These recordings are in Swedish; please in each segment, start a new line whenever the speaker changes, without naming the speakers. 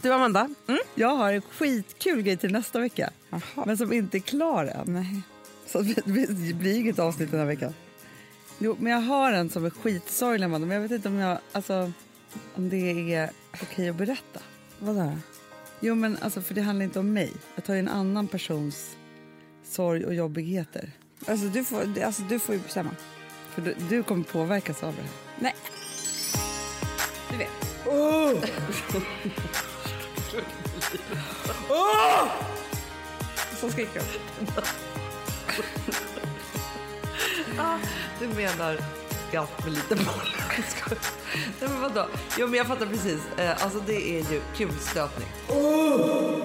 Du, Amanda. Mm.
Jag har en skitkul grej till nästa vecka,
Jaha.
men som inte är klar än.
Nej.
Så att det blir- det blir inget avsnitt den här veckan. Jo, men jag har en som är skitsorglig, Amanda, men jag vet inte om, jag, alltså, om det är okej att berätta.
Vadå?
Jo, men alltså, för det handlar inte om mig. Jag tar ju en annan persons sorg och jobbigheter.
Alltså du, får, alltså du får ju bestämma.
För du, du kommer påverkas av det här.
Nej. Du vet. Så skriker de.
Du menar allt med lite boll? Jag skojar. Nej men vadå? Jo men jag fattar precis. Eh, Alltså det är ju kulstötning.
Oh!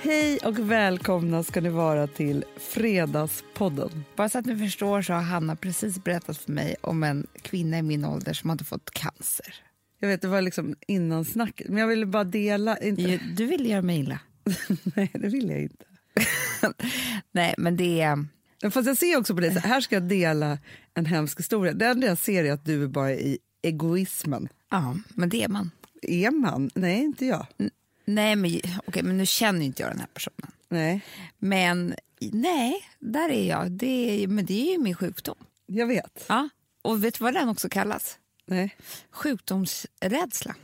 Hej och välkomna ska ni vara till Fredagspodden.
Bara så att ni förstår så har Hanna precis berättat för mig om en kvinna i min ålder som hade fått cancer.
Jag vet, det var liksom innan snacket, men jag ville bara dela. Inte,
Du ville göra mig illa.
Nej, det vill jag inte.
Nej, men det är...
Men Fast jag ser också på dig, så här, här ska jag dela en hemsk historia. Det enda jag ser är att du är bara i egoismen.
Ja, men det är man.
Är man? Nej, inte jag.
Nej, men, okej, men nu känner ju inte jag den här personen.
Nej,
Men nej, där är jag. Det är, men det är ju min sjukdom.
jag vet.
Ja. Och vet du vad den också kallas?
Nej.
Sjukdomsrädsla.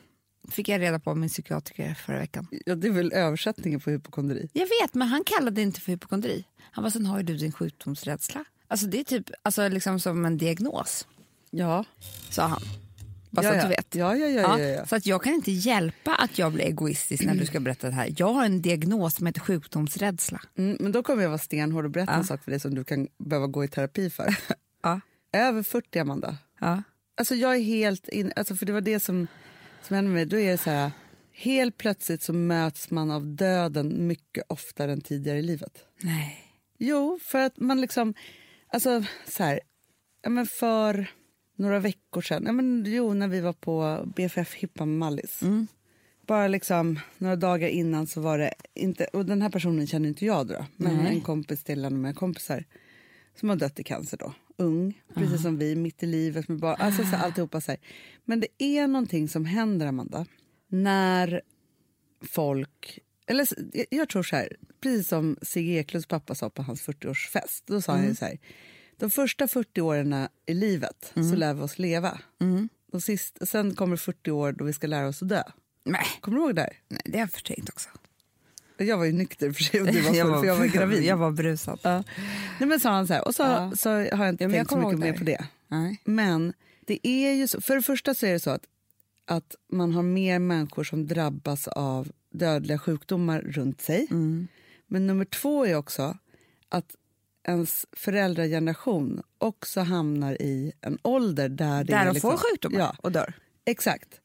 Fick jag reda på av min psykiatriker förra veckan.
Ja, det är väl översättningen på hypokondri.
Jag vet, men han kallade det inte för hypokondri. Han var sen har ju du din sjukdomsrädsla. Alltså det är typ alltså, liksom som en diagnos,
Ja,
sa han. Bara
ja,
så att
ja.
du vet.
Ja, ja, ja. ja, ja.
Så att jag kan inte hjälpa att jag blir egoistisk när du ska berätta det här. Jag har en diagnos som heter sjukdomsrädsla.
Mm, men då kommer jag vara stenhård och berätta en sak för dig som du kan behöva gå i terapi för.
Ja.
Över 40, Amanda.
Ja.
Alltså jag är helt in, alltså för det var det som, som hände med mig. Då är det så här, helt plötsligt så möts man av döden mycket oftare än tidigare i livet.
Nej.
Jo, för att man liksom, alltså så här, ja men för några veckor sedan, ja men jo när vi var på BFF Hippa med Mallis. Bara liksom några dagar innan så var det inte, och den här personen känner inte jag då, men en kompis till en av mina kompisar som har dött i cancer då. Ung, precis som vi, mitt i livet med barn. Alltså så här, alltihopa så här. Men det är någonting som händer, Amanda, när folk... Eller, s- jag- jag tror så här, precis som Sigge Eklunds pappa sa på hans 40-årsfest. Då sa
Mm.
han ju så här, de första 40 åren i livet
Mm.
så lär vi oss leva. De sist, sen kommer 40 år då vi ska lära oss att dö.
Nej.
Kommer du ihåg det? här?
Nej, det har jag förträngt också.
Jag var ju nykter för sig och du var full, för jag var gravid.
Jag var brusad.
Ja. Nej, men sa han så här, och så, så har jag inte
Ja, men jag
tänkt så
kommer
mycket
ihåg det
mer
här.
på det.
Nej.
Men det är ju så, för det första så är det så att, att man har mer människor som drabbas av dödliga sjukdomar runt sig.
Mm.
Men nummer två är också att ens föräldrageneration också hamnar i en ålder där det
Där
är
de
liksom,
får sjukdomar Mm.
Ja,
och dör.
Exakt.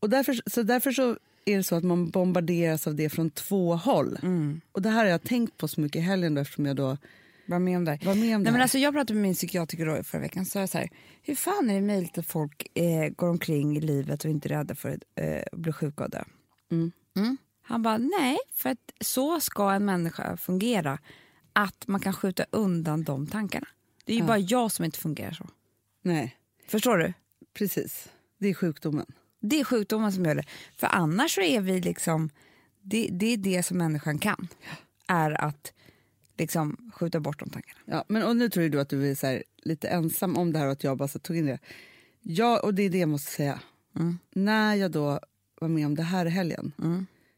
Och därför, så därför så är det så att man bombarderas av det från två håll.
Mm.
Och Det här har jag tänkt på så mycket i helgen då, eftersom jag då
Var med om det.
var med om det
Nej,
här.
men alltså, jag pratade med min psykiatriker då i förra veckan. Så jag så här, hur fan är det möjligt att folk eh, går omkring i livet och inte är rädda för att eh, bli sjuka och dö? Mm. Han bara, nej, för att så ska en människa fungera. Att man kan skjuta undan de tankarna. Det är ju bara jag som inte fungerar så.
Nej,
Förstår du?
precis. Det är sjukdomen.
Det är sjukdomen som gör det. För annars så är vi liksom... Det, det är det som människan kan. Är att liksom skjuta bort de tankarna.
Ja, men och nu tror ju du att du är så här, lite ensam om det här och att jag bara så tog in det. Ja, och det är det jag måste säga.
Mm.
När jag då var med om det här i helgen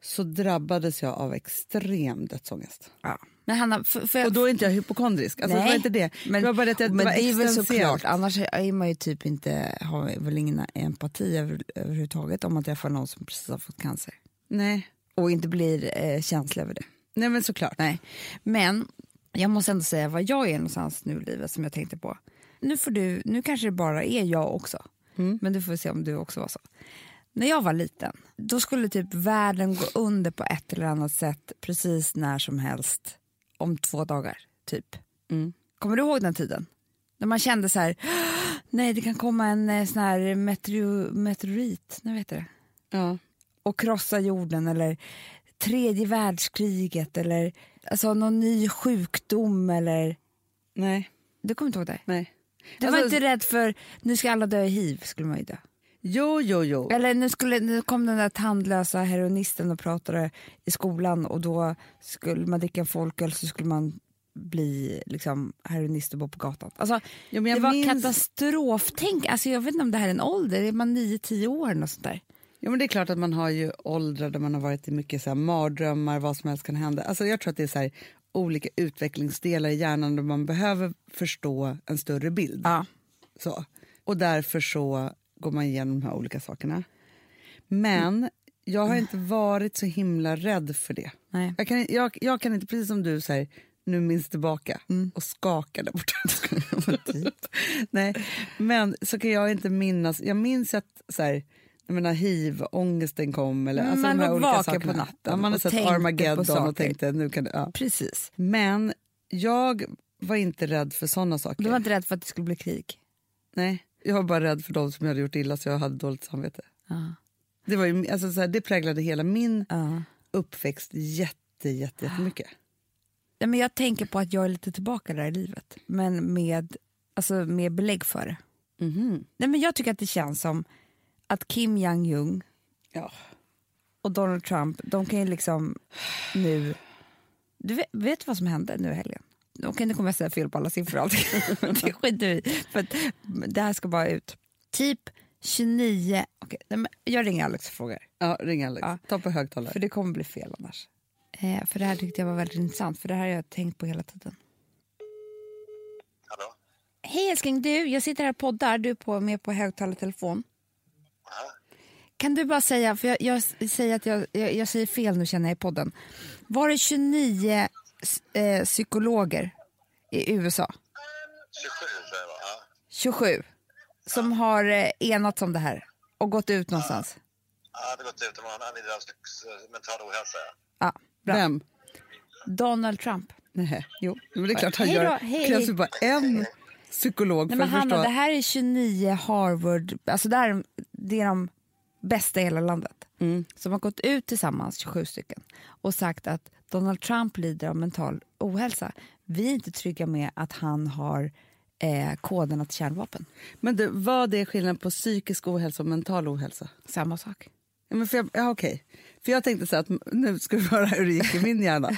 så drabbades jag av extrem dödsångest.
Ja. Men Hanna, för, för,
Och då är inte jag hypokondrisk. Alltså, det var inte det.
Men,
det var bara det att jag,
men
var
det är väl
existentiellt.
såklart. Annars är man ju typ inte, har väl ingen empati över, överhuvudtaget om man träffar någon som precis har fått cancer.
Nej.
Och inte blir eh, känslig över det.
Nej, men såklart.
Nej. Men jag måste ändå säga vad jag är någonstans nu i livet som jag tänkte på. Nu, får du, nu kanske det bara är jag också. Men du får se om du också var så. När jag var liten, då skulle typ världen gå under på ett eller annat sätt precis när som helst om två dagar, typ. Kommer du ihåg den tiden? När man kände så här, nej det kan komma en eh, sån här meteo- meteorit, nu vet jag det
Ja.
och krossa jorden eller tredje världskriget eller alltså, någon ny sjukdom eller...
Nej.
Du kommer inte ihåg det?
Nej.
Du var
Alltså-
inte rädd för nu ska alla dö i hiv, skulle man ju dö.
Jo, jo, jo.
Eller nu, skulle, nu kom den där tandlösa heroinisten och pratade i skolan och då skulle man dricka en folköl så skulle man bli liksom, heroinist och bo på gatan. Alltså,
Jo, men jag
det var
minns-
katastroftänk. Alltså, jag vet inte om det här är en ålder, är man 9-10 år eller något sånt där?
Ja, men det är klart att man har ju åldrar där man har varit i mycket så här mardrömmar, vad som helst kan hända. Alltså jag tror att det är så här, olika utvecklingsdelar i hjärnan där man behöver förstå en större bild.
Ja.
Så. Och därför så går man igenom de här olika sakerna. Men jag har inte varit så himla rädd för det.
Nej.
Jag kan, jag, jag kan inte, precis som du, så här, nu minns tillbaka
Mm.
och skaka där borta. Nej, men så kan jag inte minnas. Jag minns att så här, jag menar, hiv, ångesten kom. Eller,
Mm,
alltså,
man
de här
var
olika
vaken
sakerna.
på natten
Ja, man har
och
sett
tänkte på
Armageddon och
saker.
tänkte nu kan det, ja.
Precis.
Men jag var inte rädd för såna saker.
Du var inte rädd för att det skulle bli krig?
Nej, jag var bara rädd för de som jag hade gjort illa så jag hade dåligt samvete.
Ja.
Det, var ju, alltså, så här, det präglade hela min
Ja.
uppväxt jätte, jätte, jättemycket.
Ja, men jag tänker på att jag är lite tillbaka där i livet, men med, alltså, med belägg för det.
Mhm.
Nej, men jag tycker att det känns som att Kim Jong-Jung
Ja.
och Donald Trump, de kan ju liksom nu... Du vet, vet du vad som hände nu i helgen? Okej, nu kommer jag säga fel på alla siffror. och allting. det skiter vi i, för att Det här ska bara ut. Typ 29... Okej, nej, men jag ringer Alex och frågar,
ja, ring Alex.
Ja.
Ta på högtalare.
för det kommer bli fel annars. Eh, för Det här tyckte jag var väldigt intressant, för det här har jag tänkt på hela tiden.
Hallå?
Hej älskling, du, jag sitter här och poddar. Du är på, med på högtalartelefon. Kan du bara säga, för jag, jag s- säger att jag, jag, jag säger fel nu känner jag i podden. Var det 29 s- eh, psykologer i USA,
27 tror jag det var. Ja.
27, som har eh, enats om det här och gått ut någonstans?
Jag hade gått ut om han hade haft eh, mental ohälsa. ja.
Ja, bra.
Vem?
Donald Trump.
Nej. Jo. Men det är klart han
Hej då,
gör.
hej,
Det krävs ju
hej.
bara en psykolog
Nej,
för
men
att
Hanna,
förstå.
det här är 29 Harvard, alltså det, här, är- det är de bästa i hela landet
Mm.
som har gått ut tillsammans, 27 stycken, och sagt att Donald Trump lider av mental ohälsa. Vi är inte trygga med att han har eh, koderna till kärnvapen.
Men du, vad är skillnaden på psykisk ohälsa och mental ohälsa?
Samma sak.
Ja, men för jag, ja, okej. För jag tänkte så här att m- nu ska du höra hur det gick i min hjärna.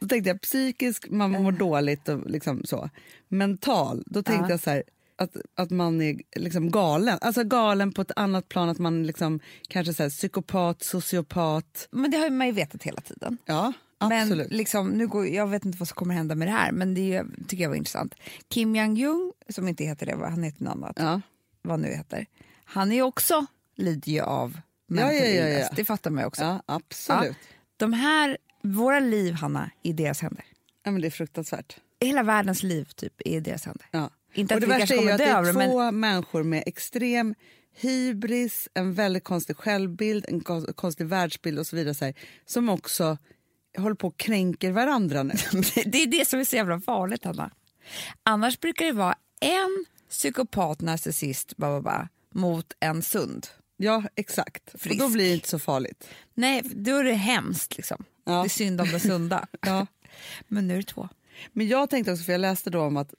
Då tänkte jag psykisk, man mår
Eh.
dåligt och liksom så. Mental, då tänkte jag så här att, att man är liksom galen. Alltså galen på ett annat plan, att man liksom kanske så här, psykopat, sociopat.
Men det har ju man ju vetat hela tiden.
Ja,
Men
absolut.
liksom, nu går, jag vet inte vad som kommer hända med det här, men det är ju- tycker jag var intressant. Kim Jong-Jung, som inte heter det, va? han heter något annat.
ja.
vad nu heter, han är också lider ju av
ja,
mental
ja, ja.
illness. Det fattar man ju också.
ja, absolut. Ja.
Ja. De här, våra liv, Hanna, är i deras händer.
men det är fruktansvärt.
Hela världens liv typ, är i deras händer.
Ja.
Inte
och
att
det
vi
värsta
kanske
är ju
kommer dö
att det
av det,
är
men
två människor med extrem hybris, en väldigt konstig självbild, en kon- konstig världsbild och så vidare så här, som också håller på och kränker varandra nu.
det är det som är så jävla farligt, Hanna. Annars brukar det vara en psykopat, narcissist, ba, ba, ba, mot en sund.
Ja, exakt. Och då
Frisk.
blir det inte så farligt.
Nej, då är det hemskt. Liksom.
Ja.
Det är synd om den sunda.
Ja.
Men nu är det två.
Men jag tänkte också, för jag läste då om att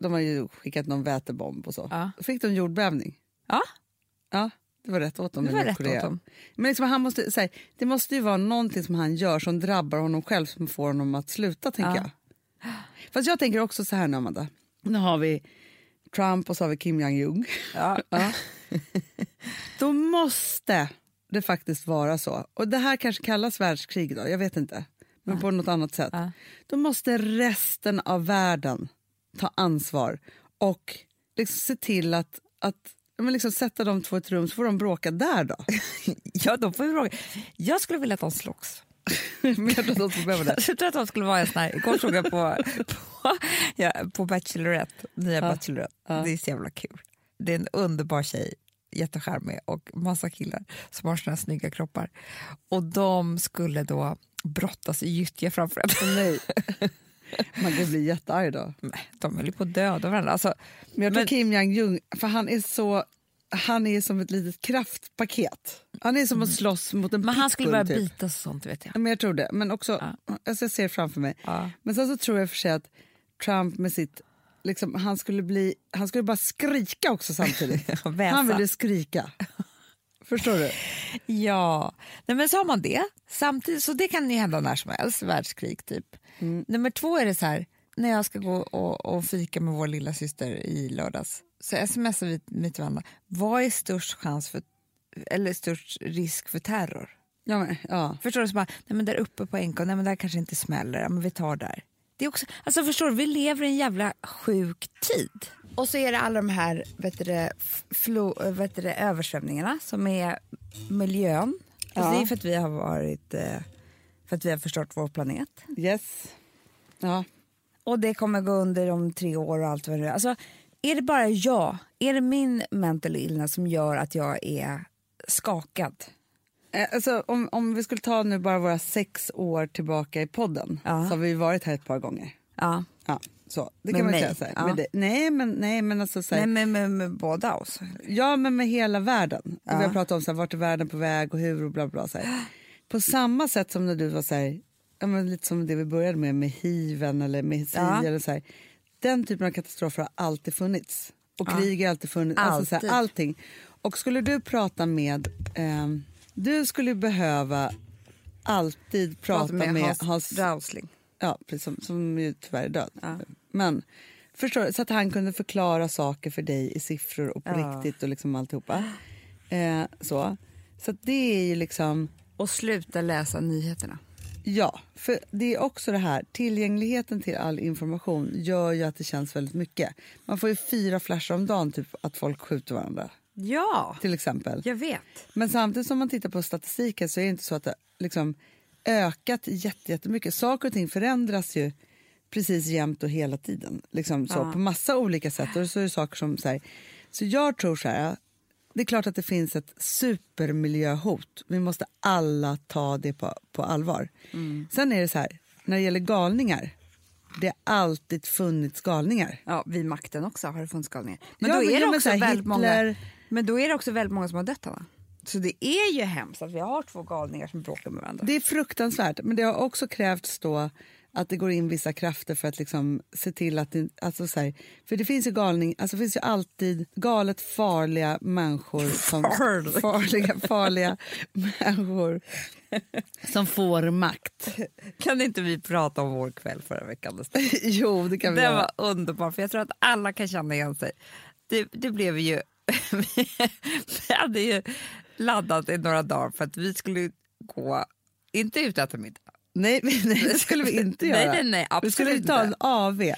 de har ju skickat någon vätebomb och så.
Ja.
Då fick de jordbävning.
Ja,
Ja, det var rätt åt dem.
Det
i
var rätt åt
Nordkorea.
dem.
Men liksom, han måste, så här, det måste ju vara någonting som han gör som drabbar honom själv som får honom att sluta, tänker
Ja.
jag. Fast jag tänker också så här nu, Amanda. Nu har vi Trump och så har vi Kim Jong-Jung.
ja.
Då måste det faktiskt vara så. Och det här kanske kallas världskrig då, jag vet inte. Men på något annat sätt.
Ja.
Då måste resten av världen ta ansvar och liksom se till att, att ja, men liksom sätta de två i ett rum så får de bråka där då.
ja de får vi fråga. Jag skulle vilja att de slogs.
Men jag tror att de skulle behöva det.
Jag tror att de skulle vara en sån här, igår såg jag på, på, ja, på Bachelorette, nya Bachelorette, det är så jävla kul. Det är en underbar tjej, jättecharmig och massa killar som har såna här snygga kroppar. Och de skulle då brottas i gyttja framför en.
Nej. Man kan bli jättearg då.
Nej, de höll ju på att döda varandra. Alltså,
Men jag tror
Men-
Kim Jong-Jung, för han är så... Han är som ett litet kraftpaket. Han är som att slåss mot en
men han skulle börja
pitbull, typ.
bitas och sånt vet jag.
Ja, Men jag tror det. Men också, alltså jag ser det framför mig.
Ja.
Men sen så tror jag i och för sig att Trump med sitt... Liksom, han, skulle bli, han skulle bara skrika också samtidigt.
Väsa.
han ville skrika. Förstår du?
Ja, Nej, men så har man det. Samtidigt, så det kan ju hända när som helst, världskrig typ. Nummer två är det så här, när jag ska gå och, och fika med vår lilla syster i lördags så smsar vi med till varandra, vad är störst chans för, eller störst risk för terror?
Ja, men, ja.
Förstår du? Så bara, nej men där uppe på NK, nej men där kanske inte smäller, ja, men vi tar där. Det är också, alltså förstår du, vi lever i en jävla sjuk tid. Och så är det alla de här vet du, det, flo, vet du, det, översvämningarna som är miljön. Alltså det är för att vi har varit, eh, för att vi har förstört vår planet.
Yes. Ja.
Och det kommer gå under om tre år och allt vad det är. Alltså, är det bara jag, är det min mental illness som gör att jag är skakad?
Eh, Alltså, om, om vi skulle ta nu bara våra sex år tillbaka i podden
Ja.
så har vi varit här ett par gånger.
Ja.
Ja, så. Det
Med
kan man
mig?
säga. Så här.
Ja.
Med dig. Nej, men, nej, men alltså så här,
Nej, men med, med båda oss.
Ja, men med hela världen. Vi har pratat om så här, vart är världen på väg och hur och bla bla. Så här. På samma sätt som när du var så här, ja, men lite som det vi började med, med hiven eller med si
Ja.
eller så här. Den typen av katastrofer har alltid funnits. Och krig har alltid funnits. Alltså, så
Alltid.
här, allting. Och skulle du prata med, ehm, du skulle behöva alltid prata med,
Hans,
Hans
Rausling.
Ja, precis, som, som ju tyvärr är död. Men förstår du, så att han kunde förklara saker för dig i siffror och på
Ja.
riktigt och liksom alltihopa. Eh, så så att det är ju liksom,
Och sluta läsa nyheterna.
ja, för det är också det här, tillgängligheten till all information gör ju att det känns väldigt mycket. Man får ju fyra flashar om dagen typ att folk skjuter varandra
Ja,
till exempel.
jag vet.
Men samtidigt som man tittar på statistiken så är det inte så att det liksom ökat jätte- jättemycket. Saker och ting förändras ju precis jämt och hela tiden. Liksom så, På massa olika sätt. Och så är det saker som så, här. så jag tror så här. Det är klart att det finns ett supermiljöhot. Vi måste alla ta det på, på allvar. Sen är det så här, när det gäller galningar. Det har alltid funnits galningar.
Ja, vid makten också har det funnits galningar. Men,
Ja,
då
men-
är
ja,
det
men
också
så här,
väldigt många,
Hitler-
men då är det också väldigt många som har dött va? Så det är ju hemskt att vi har två galningar som bråkar med varandra.
Det är fruktansvärt, men det har också krävts då att det går in vissa krafter för att liksom se till att... Det, alltså så här, för det finns ju galning, alltså det finns ju alltid galet farliga människor som,
Farliga.
farliga, farliga människor som får makt.
Kan inte vi prata om vår kväll förra veckan?
jo, det kan vi
Det
göra.
var underbart, för jag tror att alla kan känna igen sig. Det, det blev ju... vi hade ju laddat i några dagar för att vi skulle gå, inte ut och äta middag.
Nej, nej, det skulle vi inte göra.
Nej, nej, nej,
vi skulle
absolut
ta
inte.
en AV.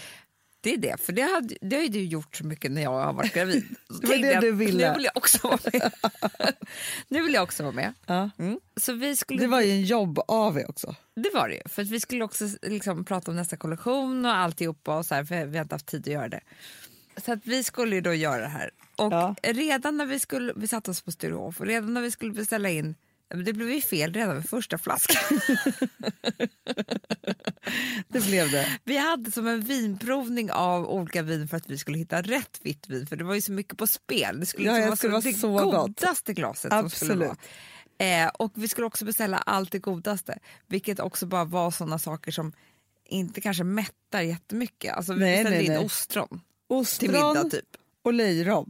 Det är det, för det, hade, det har ju du gjort så mycket när jag har varit gravid. Så
Det var
tänkte
det
jag,
du ville.
Nu vill jag också vara med. nu vill jag också vara med.
Ja.
Mm. Så vi skulle,
Det var ju en jobb-AV också.
det var det ju, för att vi skulle också liksom prata om nästa kollektion och alltihopa och så här, för vi har inte haft tid att göra det. Så att vi skulle ju då göra det här. Och
Ja.
redan när vi skulle, vi satte oss på Sturehof och redan när vi skulle beställa in, men det blev ju fel redan vid första flaskan.
Det blev det.
Vi hade som en vinprovning av olika vin för att vi skulle hitta rätt vitt vin för det var ju så mycket på spel. Det skulle
Ja,
liksom
jag skulle
det
vara så gott.
godaste glaset som skulle
Absolut.
vara. Eh, och vi skulle också beställa allt det godaste, vilket också bara var sådana saker som inte kanske mättar jättemycket. Alltså vi
Nej,
beställde
nej,
in
nej.
ostron till middag
Ostron
typ.
och löjrom.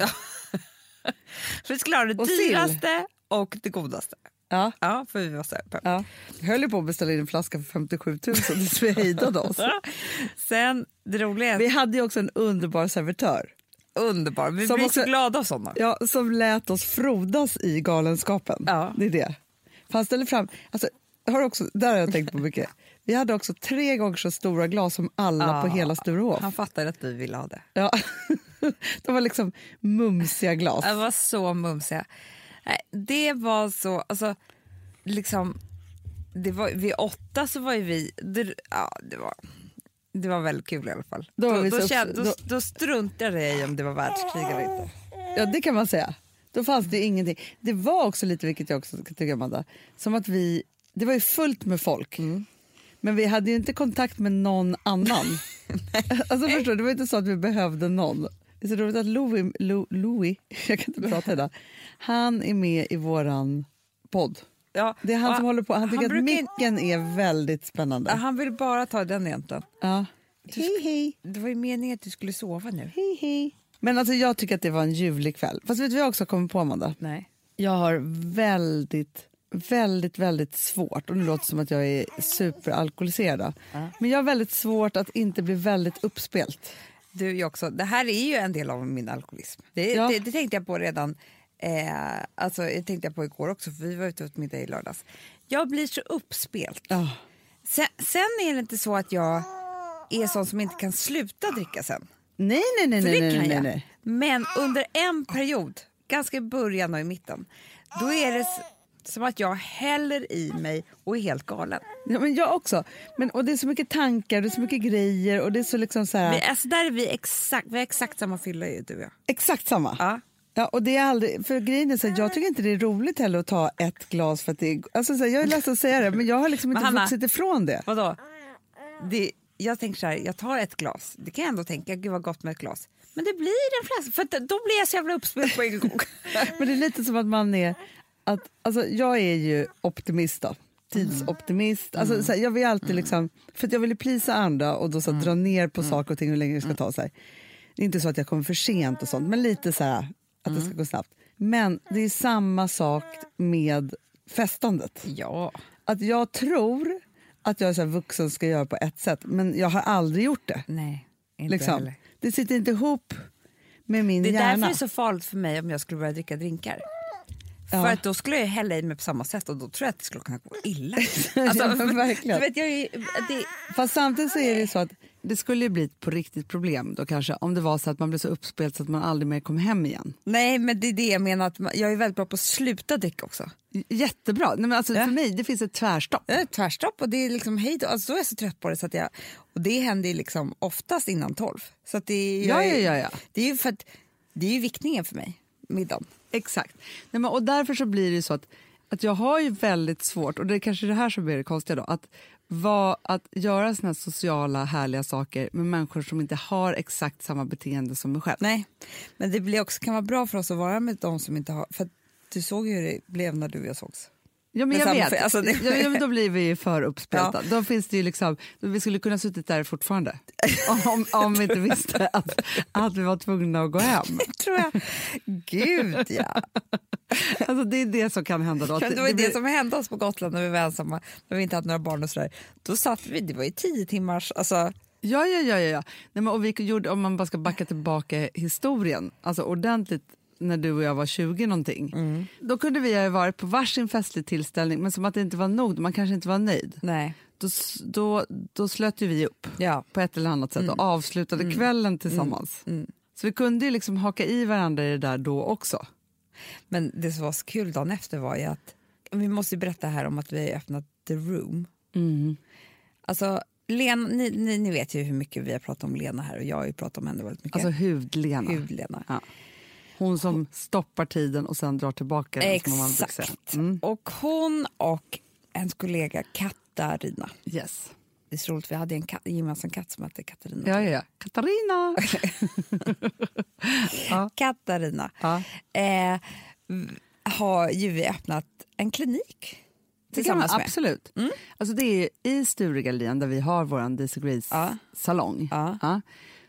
Så vi skulle ha det
Och sill.
dyraste och det godaste.
Ja.
Ja, för vi var så här,
Ja. Jag höll ju på att beställa in en flaska för 57 000 tills vi hejdade oss.
Sen, det roliga är
Vi hade ju också en underbar servitör
underbar, vi
Som
blir så
också-
glada av sådana.
ja, som lät oss frodas i galenskapen.
Ja.
Det är det. För han ställde fram... Alltså, har du också, där har jag tänkt på mycket. Vi hade också tre gånger så stora glas som alla på
Ja.
hela Sturehof.
Han fattade att vi ville ha det.
Ja. De var liksom mumsiga glas.
Det var så mumsiga. Nej, Det var så... Alltså, liksom, det var, vid åtta så var ju vi... Det, ja, det, var, det var väldigt kul i alla fall.
Då var
då,
vi
då,
så-
kände, då,
då-
då struntade jag i om det var världskrig eller inte.
Ja, det kan man säga. Då fanns det ju ingenting. Det var också lite, vilket jag också kan tycka Amanda, som att vi, det var ju fullt med folk. Men vi hade ju inte kontakt med någon annan. alltså förstår du, det var inte så att vi behövde någon. Det är så roligt att Louis, Lo- Louis jag kan inte prata idag, han är med i våran podd.
Ja,
Det är han
och
som håller på, han tycker att
brukar in-
micken är väldigt spännande.
Han vill bara ta den egentligen.
Ja. Hej hej!
Det var ju meningen att du skulle sova nu.
Hej hej! Men alltså jag tycker att det var en ljuvlig kväll. Fast vet du vad jag också kommer på Amanda?
Nej.
Jag har väldigt, väldigt, väldigt svårt, och nu låter det som att jag är superalkoholiserad, då. men jag har väldigt svårt att inte bli väldigt uppspelt.
Du jag också. Det här är ju en del av min alkoholism. Det,
Ja.
det, det tänkte jag på redan. Eh, alltså, det tänkte jag på igår också, för vi var ute åt middag i lördags. Jag blir så uppspelt.
Ja.
Sen, sen är det inte så att jag är sån som inte kan sluta dricka sen.
Nej, nej, nej,
För
nej,
det
nej,
kan
nej,
jag.
nej.
Men under en period, ganska i början och i mitten, då är det s- som att jag häller i mig och är helt galen.
Ja, men jag också. Men, och det är så mycket tankar, det är så mycket grejer och det är så liksom så här,
Vi, alltså där är vi exakt, vi har exakt samma fylla ju, du och jag.
exakt samma.
Ja.
Ja, och det är aldrig, för grejen är så här, jag tycker inte det är roligt heller att ta ett glas för att det är, alltså så här, jag är ledsen att säga det men jag har liksom inte
Men Hanna-
vuxit ifrån det.
Vadå? Det, jag tänker så här, jag tar ett glas. Det kan jag ändå tänka, gud vad gott med ett glas. Men det blir en flaska, för att då blir jag så jävla uppspelt på en gång.
Men det är lite som att man är, att, alltså jag är ju optimist då. Tidsoptimist. Alltså,
Mm.
så här, jag vill alltid liksom, för att jag vill ju plisa andra och då så här, dra ner på
Mm.
saker och ting hur länge det ska ta sig. Det är inte så att jag kommer för sent och sånt, men lite så här att det
Mm.
ska gå snabbt. Men det är samma sak med festandet.
ja.
Att jag tror att jag är så här, vuxen ska göra på ett sätt, men jag har aldrig gjort det.
Nej, inte
Liksom.
heller.
Det sitter inte ihop med min
Det är
hjärna.
därför det är så farligt för mig om jag skulle börja dricka drinkar. För att då skulle jag hälla i mig på samma sätt och då tror jag att det skulle kunna gå illa. Alltså,
Ja, men verkligen.
Du vet, jag är, ju- det,
Fast samtidigt så är det ju så att det skulle ju bli ett på riktigt problem då kanske om det var så att man blev så uppspelt så att man aldrig mer kom hem igen.
nej, men det är det jag menar. Att man, jag är väldigt bra på att sluta dricka också.
J- Jättebra. Nej, men alltså, För mig det finns ett tvärstopp.
Jag är tvärstopp och det är liksom hej då. Alltså, då är jag så trött på det. Så att jag, och det händer ju liksom oftast innan tolv. Så att det, är- jag
Ja,
är-
ja, ja, ja.
Det är ju för att, det är ju viktningen för mig, middagen.
Exakt. Nej, men, och därför så blir det ju så att, att jag har ju väldigt svårt, och det är kanske det här som blir det konstiga då, att, vara- att göra såna här sociala härliga saker med människor som inte har exakt samma beteende som mig själv.
Nej, men det blir också, kan vara bra för oss att vara med de som inte har... För att du såg ju hur det blev när du och jag sågs.
Ja, men
Med
jag
samma
vet.
fe- alltså, det-
ja, ja, men då blir vi ju för uppspelta.
Ja.
Då finns det ju liksom, vi skulle kunna ha suttit där fortfarande om, om vi inte visste att, att vi var tvungna att gå hem.
tror jag. Gud, ja.
Alltså, det är det som kan hända. Då, att
Det, var
det
ju det
blir-
som hände oss på Gotland när vi var ensamma, när vi inte hade några barn och sådär. Då satt vi, det var ju tio timmars... Alltså,
Ja, ja, ja. ja, ja. Nej, men, och vi gjorde, om man bara ska backa tillbaka historien, alltså ordentligt när du och jag var 20 någonting.
Mm.
Då kunde vi ha varit på varsin festlig tillställning, men som att det inte var nog, man kanske inte var nöjd.
nej.
Då, s- då, då slöt ju vi upp.
Ja.
på ett eller annat sätt
Mm.
och avslutade kvällen tillsammans. Så vi kunde ju liksom haka i varandra i det där då också.
Men det som var så kul dagen efter var ju att... Vi måste ju berätta här om att vi har öppnat The Room.
Mm.
Alltså, Lena, ni, ni, ni vet ju hur mycket vi har pratat om Lena här och jag har ju pratat om henne väldigt mycket.
Alltså hudlena.
Hud-Lena.
Ja. Hon som stoppar tiden och sen drar tillbaka den. Som man brukar säga.
Exakt. Och hon och en kollega, Katarina.
Yes.
Det är så roligt, vi hade en katt, gemensam katt som hette Katarina.
Ja, ja, ja. Katarina!
Katarina
Ja.
eh, har ju vi öppnat en klinik
det kan man
tillsammans med. Mm.
absolut. Alltså det är ju i Sturegallerian där vi har vår Daisy Grace-salong.
Ja.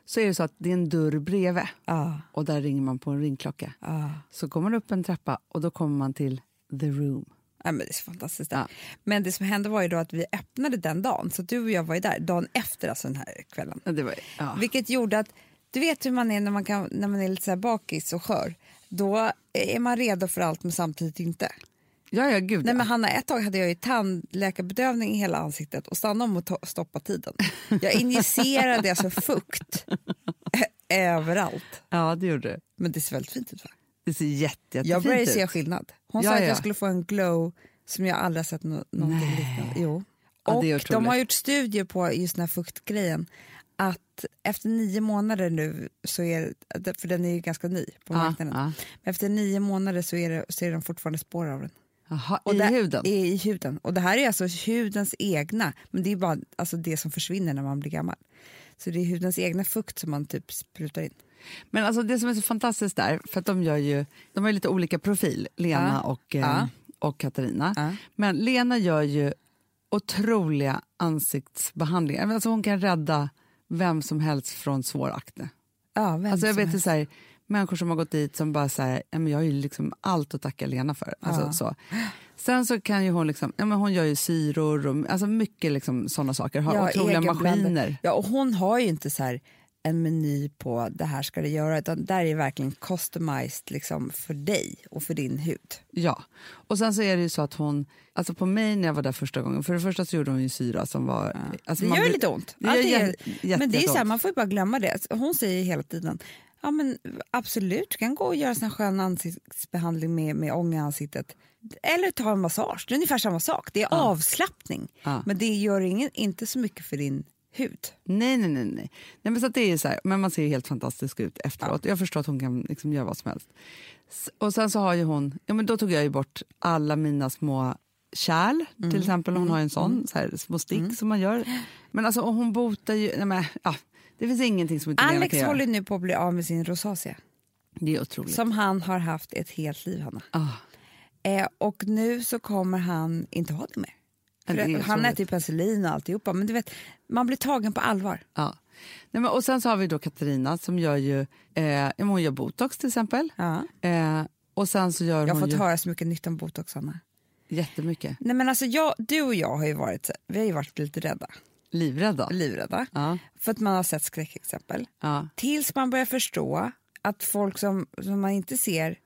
Så är det så att det är en dörr bredvid
Ja.
och där ringer man på en ringklocka.
Ja.
Så går man upp en trappa och då kommer man till the room.
Ja, men det är så fantastiskt.
Ja.
Men det som hände var ju då att vi öppnade den dagen, så du och jag var ju där dagen efter alltså den här kvällen.
Ja, Det var, ja.
Vilket gjorde att, du vet hur man är när man, kan, när man är lite så här bakis och skör. Då är man redo för allt men samtidigt inte.
Ja, ja, gud.
Nej, men Hanna, ett tag hade jag ju tandläkarbedövning i hela ansiktet och stannade om att to- stoppa tiden. Jag injicerade alltså fukt eh, överallt.
Ja, det gjorde du.
Men det ser väldigt fint ut va?
Det ser jätte, jättefint
Jag började
ut.
se skillnad. Hon
Ja,
sa att
ja.
jag skulle få en glow som jag aldrig har sett no- någonting liknande. Jo.
Ja,
Och
det är
de
otroligt.
har gjort studier på just den här fuktgrejen. Att efter nio månader nu, så är, för den är ju ganska ny på
Ja,
marknaden.
ja.
Men efter nio månader så är, det, så är de fortfarande spår av den.
Jaha,
Och
i
det-
huden?
är I huden. Och det här är alltså hudens egna, men det är bara alltså det som försvinner när man blir gammal. Så det är hudens egna fukt som man typ sprutar in.
Men alltså det som är så fantastiskt där, för att de gör ju, de har ju lite olika profil, Lena och, eh,
Ja.
och Katarina.
Ja.
Men Lena gör ju otroliga ansiktsbehandlingar. Alltså hon kan rädda vem som helst från svår akne.
Ja, vem
Alltså jag
som
vet ju
helst.
så här, människor som har gått dit som bara så här, ja, men jag har ju liksom allt att tacka Lena för. Alltså, så. Sen så kan ju hon liksom, ja, men hon gör ju syror och alltså mycket liksom sådana saker, har otroliga
egenblandad.
maskiner.
Ja, och hon har ju inte så här en meny på det här ska du göra, utan där är verkligen customized liksom för dig och för din hud.
Ja, och sen så är det ju så att hon, alltså på mig när jag var där första gången, för det första så gjorde hon ju syra som var... Alltså
Det
man
gör ju
blir-
lite ont.
Det gör
Allt är-
jätte,
men det är ju så här,
jätteont.
man får ju bara glömma det. Hon säger ju hela tiden Ja men absolut, du kan gå och göra sån här skön ansiktsbehandling med, med ånga i ansiktet. Eller ta en massage, det är ungefär samma sak. Det är avslappning.
Ja.
Men det gör ingen, inte så mycket för din hud.
Nej, nej, nej. nej. nej men, så att det är ju så här, men man ser ju helt fantastisk ut efteråt. Jag förstår att hon kan liksom göra vad som helst. S- Och sen så har ju hon, ja men då tog jag ju bort alla mina små kärl
Mm.
till exempel. Hon har ju en sån, så här, små stick som man gör. Men alltså och hon botar ju, nej men ja, det finns ingenting som inte Lena
Alex
kan göra.
håller nu på att bli av med sin rosacea.
Det är otroligt.
Som han har haft ett helt liv, Hanna.
Ah.
Eh, och nu så kommer han inte ha det mer.
Ja, det är
För
otroligt.
han äter ju penicillin och alltihopa, men du vet, man blir tagen på allvar.
Ja. Nej, men, och sen så har vi då Katarina som gör ju, eh, ja, men hon gör botox till exempel.
Ja.
Eh, och sen så gör
Jag har
hon
fått
ju
höra så mycket nytt om botox, Hanna.
jättemycket.
Nej, men alltså jag, du och jag har ju varit, vi har ju varit lite rädda,
Livrädda.
livrädda.
Ja.
För att man har sett skräckexempel.
Ja.
Tills man börjar förstå att folk som, som man inte ser,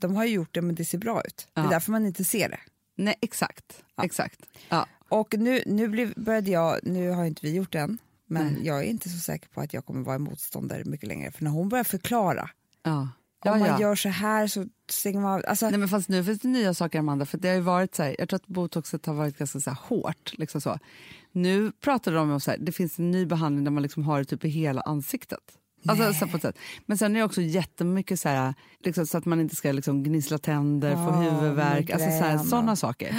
de har ju gjort det men det ser bra ut. Det
Ja.
är därför man inte ser det.
Nej, exakt. Exakt. Ja.
Och nu, nu blev, började jag, nu har inte vi gjort det än, men jag är inte så säker på att jag kommer vara motståndare mycket längre. För när hon börjar förklara,
Ja.
om
Ja,
man
ja.
gör så här så stänger man av. Alltså,
Nej, men fast nu finns det nya saker, Amanda. För det har ju varit så här, jag tror att botoxet har varit ganska så här hårt. Liksom så. Nu pratar de om så här, det finns en ny behandling där man liksom har det typ i hela ansiktet. Alltså, så på ett sätt. Men sen är det också jättemycket så, här, liksom, så att man inte ska liksom, gnissla tänder, få
Ja,
huvudvärk, alltså, så här,
migrän och-
sådana saker.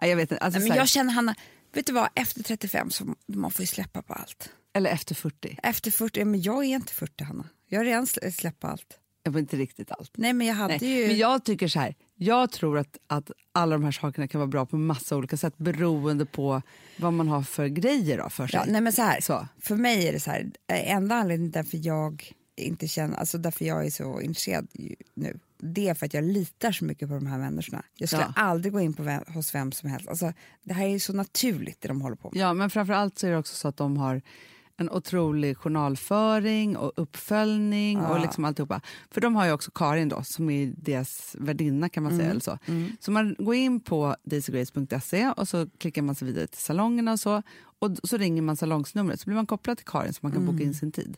Nej, jag vet inte, alltså,
nej,
så
men
här,
jag känner Hanna, vet du vad, efter 35 så man får ju släppa på allt.
Eller efter 40.
Efter 40, ja, men jag är inte 40 Hanna, jag har redan slä- släppt allt.
Jag vet inte riktigt allt.
Nej men jag hade
Nej,
ju...
men jag tycker så här, jag tror att, att alla de här sakerna kan vara bra på massa olika sätt beroende på vad man har för grejer då för sig.
Ja, nej men så här,
Så.
För mig är det så här, eh, enda anledningen därför jag inte känner, alltså därför jag är så intresserad ju- nu, det är för att jag litar så mycket på de här människorna. Jag skulle
Ja.
aldrig gå in på vem, hos vem som helst. Alltså, det här är ju så naturligt det de håller på med.
Ja, men framförallt så är det också så att de har en otrolig journalföring och uppföljning och liksom alltihopa. För de har ju också Karin då, som är deras värdinna kan man säga. Eller så. så man går in på daisygrace.se och så klickar man sig vidare till salongerna och så. Och d- så ringer man salongsnumret så blir man kopplad till Karin så man kan boka in sin tid.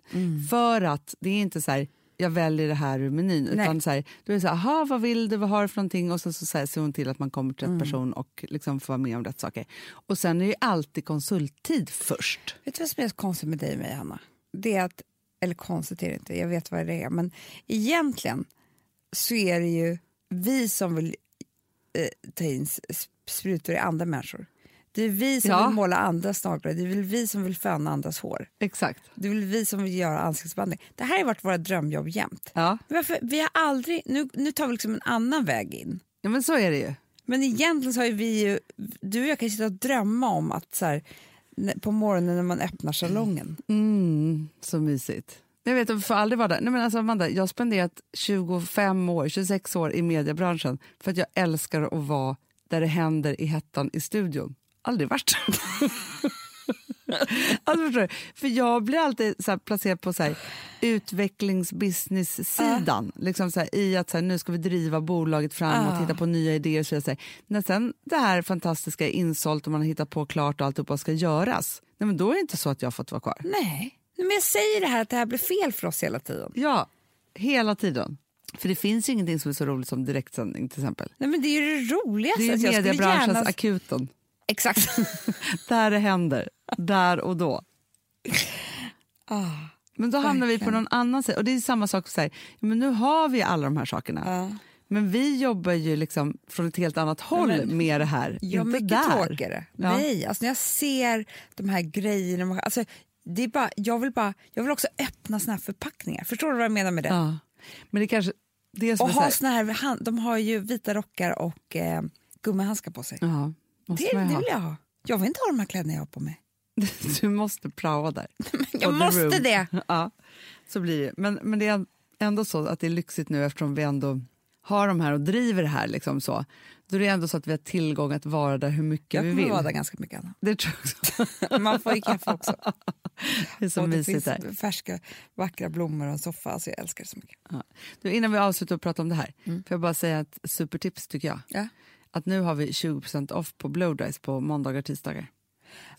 För att det är inte så här jag väljer det här ur menyn. Utan så här, då är det så här, aha, vad vill du, vad har du för någonting? Och så, så, så här, ser hon till att man kommer till rätt person och liksom får vara med om rätt saker. Och sen är det ju alltid konsulttid först.
Vet du vad som är så konstigt med dig och mig, Hanna? Det är att, eller konstigt är det inte, jag vet vad det är, men egentligen så är det ju vi som vill eh, ta in s- s- sprutor i andra människor. Det är vi som
Ja.
vill måla andras naglar, det är väl vi som vill föna andras hår.
Exakt.
Det är väl vi som vill göra ansiktsbehandling. Det här har varit våra drömjobb jämt.
Ja.
Varför, vi har aldrig, nu, nu tar vi liksom en annan väg in.
ja, men så är det ju.
Men egentligen så har ju vi ju, du och jag kan ju sitta och drömma om att så här, n- på morgonen när man öppnar salongen.
Mm, så mysigt. Jag vet, jag får aldrig vara där. Nej, men alltså Amanda, jag har spenderat 25 år, 26 år i mediebranschen för att jag älskar att vara där det händer i hettan i studion. Aldrig varit. alltså, förstår du? För jag blir alltid så här, placerad på så här, utvecklingsbusiness-sidan. Liksom så här, I att så här, nu ska vi driva bolaget fram och titta på nya idéer. Så jag säger, när sen det här fantastiska är insålt och man har hittat på klart och alltihopa ska göras, nej, men då är det inte så att jag har fått vara kvar.
Nej, men jag säger det här att det här blir fel för oss hela tiden.
Ja, hela tiden. För det finns ju ingenting som är så roligt som direktsändning till exempel.
Nej men det är ju det roligaste.
Det är
att Alltså, jag skulle
mediebranschens
gärna-
akuten.
Exakt.
Där det händer, där och då.
ah,
Men då hamnar vi på någon annan sida. Och det är samma sak, så här, ja, men nu har vi alla de här sakerna.
ja.
Men vi jobbar ju liksom från ett helt annat håll med det här.
Ja,
inte
mycket
där.
tråkigare.
Ja.
Nej, alltså när jag ser de här grejerna. man- Alltså, det är bara, jag, vill bara, jag vill också öppna såna här förpackningar. Förstår du vad jag menar med det?
Ja. Men det kanske det är som
och
är så
ha
här,
såna här, hand- de har ju vita rockar och eh, gummihandskar på sig.
ja, måste
Det, det
man ju
vill
ha.
jag ha. Jag vill inte ha de här kläderna jag har på mig.
Du måste praoa där.
Jag
On the
måste
room.
det.
Ja, så blir det. Men, men det är ändå så att det är lyxigt nu eftersom vi ändå har de här och driver det här. Liksom så. Då är det ändå så att vi har tillgång att vara där hur mycket
Jag
vi
kommer
vill.
vara där ganska mycket. Anna.
Det tror jag också.
Man får ju kaffe också.
Det är så
och det finns
mysigt där.
färska, vackra blommor och en soffa. Alltså jag älskar det så mycket.
Ja. Du, innan vi avslutar och pratar om det här, får jag bara säga ett supertips tycker jag.
Mm. Ja.
Att nu har vi 20% off på blowdries på måndagar och tisdagar.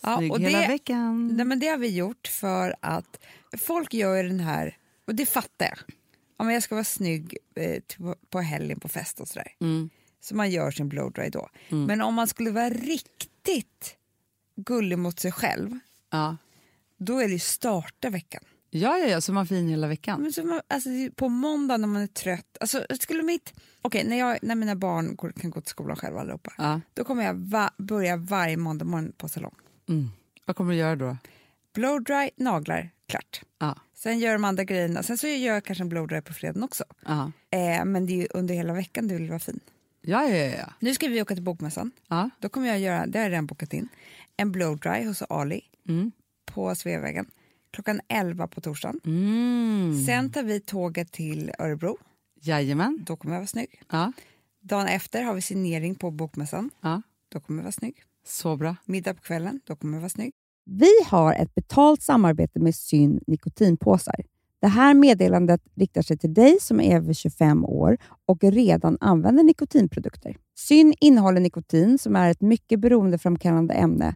Ja,
Snygg
och
hela
det- Mm.
veckan.
Nej, men det har vi gjort för att folk gör ju den här, och det fattar jag. Ja, men jag ska vara snygg eh, till- på helgen på fest och sådär. Så man gör sin blowdry då. Men om man skulle vara riktigt gullig mot sig själv,
Ja.
då är det ju starta veckan.
ja, ja, ja, så man fin hela
Ja,
veckan.
Men så man, alltså, det är på måndag när man är trött. Alltså, skulle mitt, okay, när, jag, när mina barn går, kan gå till skolan själva allihopa,
Ja.
då kommer jag va, börja varje måndag morgon på salong.
Mm. Vad kommer du göra då?
Blowdry, naglar, klart.
Ja.
Sen gör de andra grejerna. Sen så gör jag kanske en blowdry på fredagen också.
Ja.
Eh, men det är ju under hela veckan du vill vara fin.
Ja, ja, ja, ja.
Nu ska vi åka till bokmässan.
ja.
Då kommer jag göra, det har jag redan bokat in, en blowdry hos Ali
Mm.
på Sveavägen klockan 11 på torsdagen.
Mm.
Sen tar vi tåget till Örebro.
Jajamän.
Då kommer jag vara snygg.
Ja,
Dagen efter har vi signering på bokmässan.
ja.
Då kommer jag vara snygg.
Så bra.
Middag på kvällen. Då kommer jag vara snygg. Vi har ett betalt samarbete med Syn nikotinpåsar. Det här meddelandet riktar sig till dig som är över 25 år och redan använder nikotinprodukter. Syn innehåller nikotin som är ett mycket beroendeframkallande ämne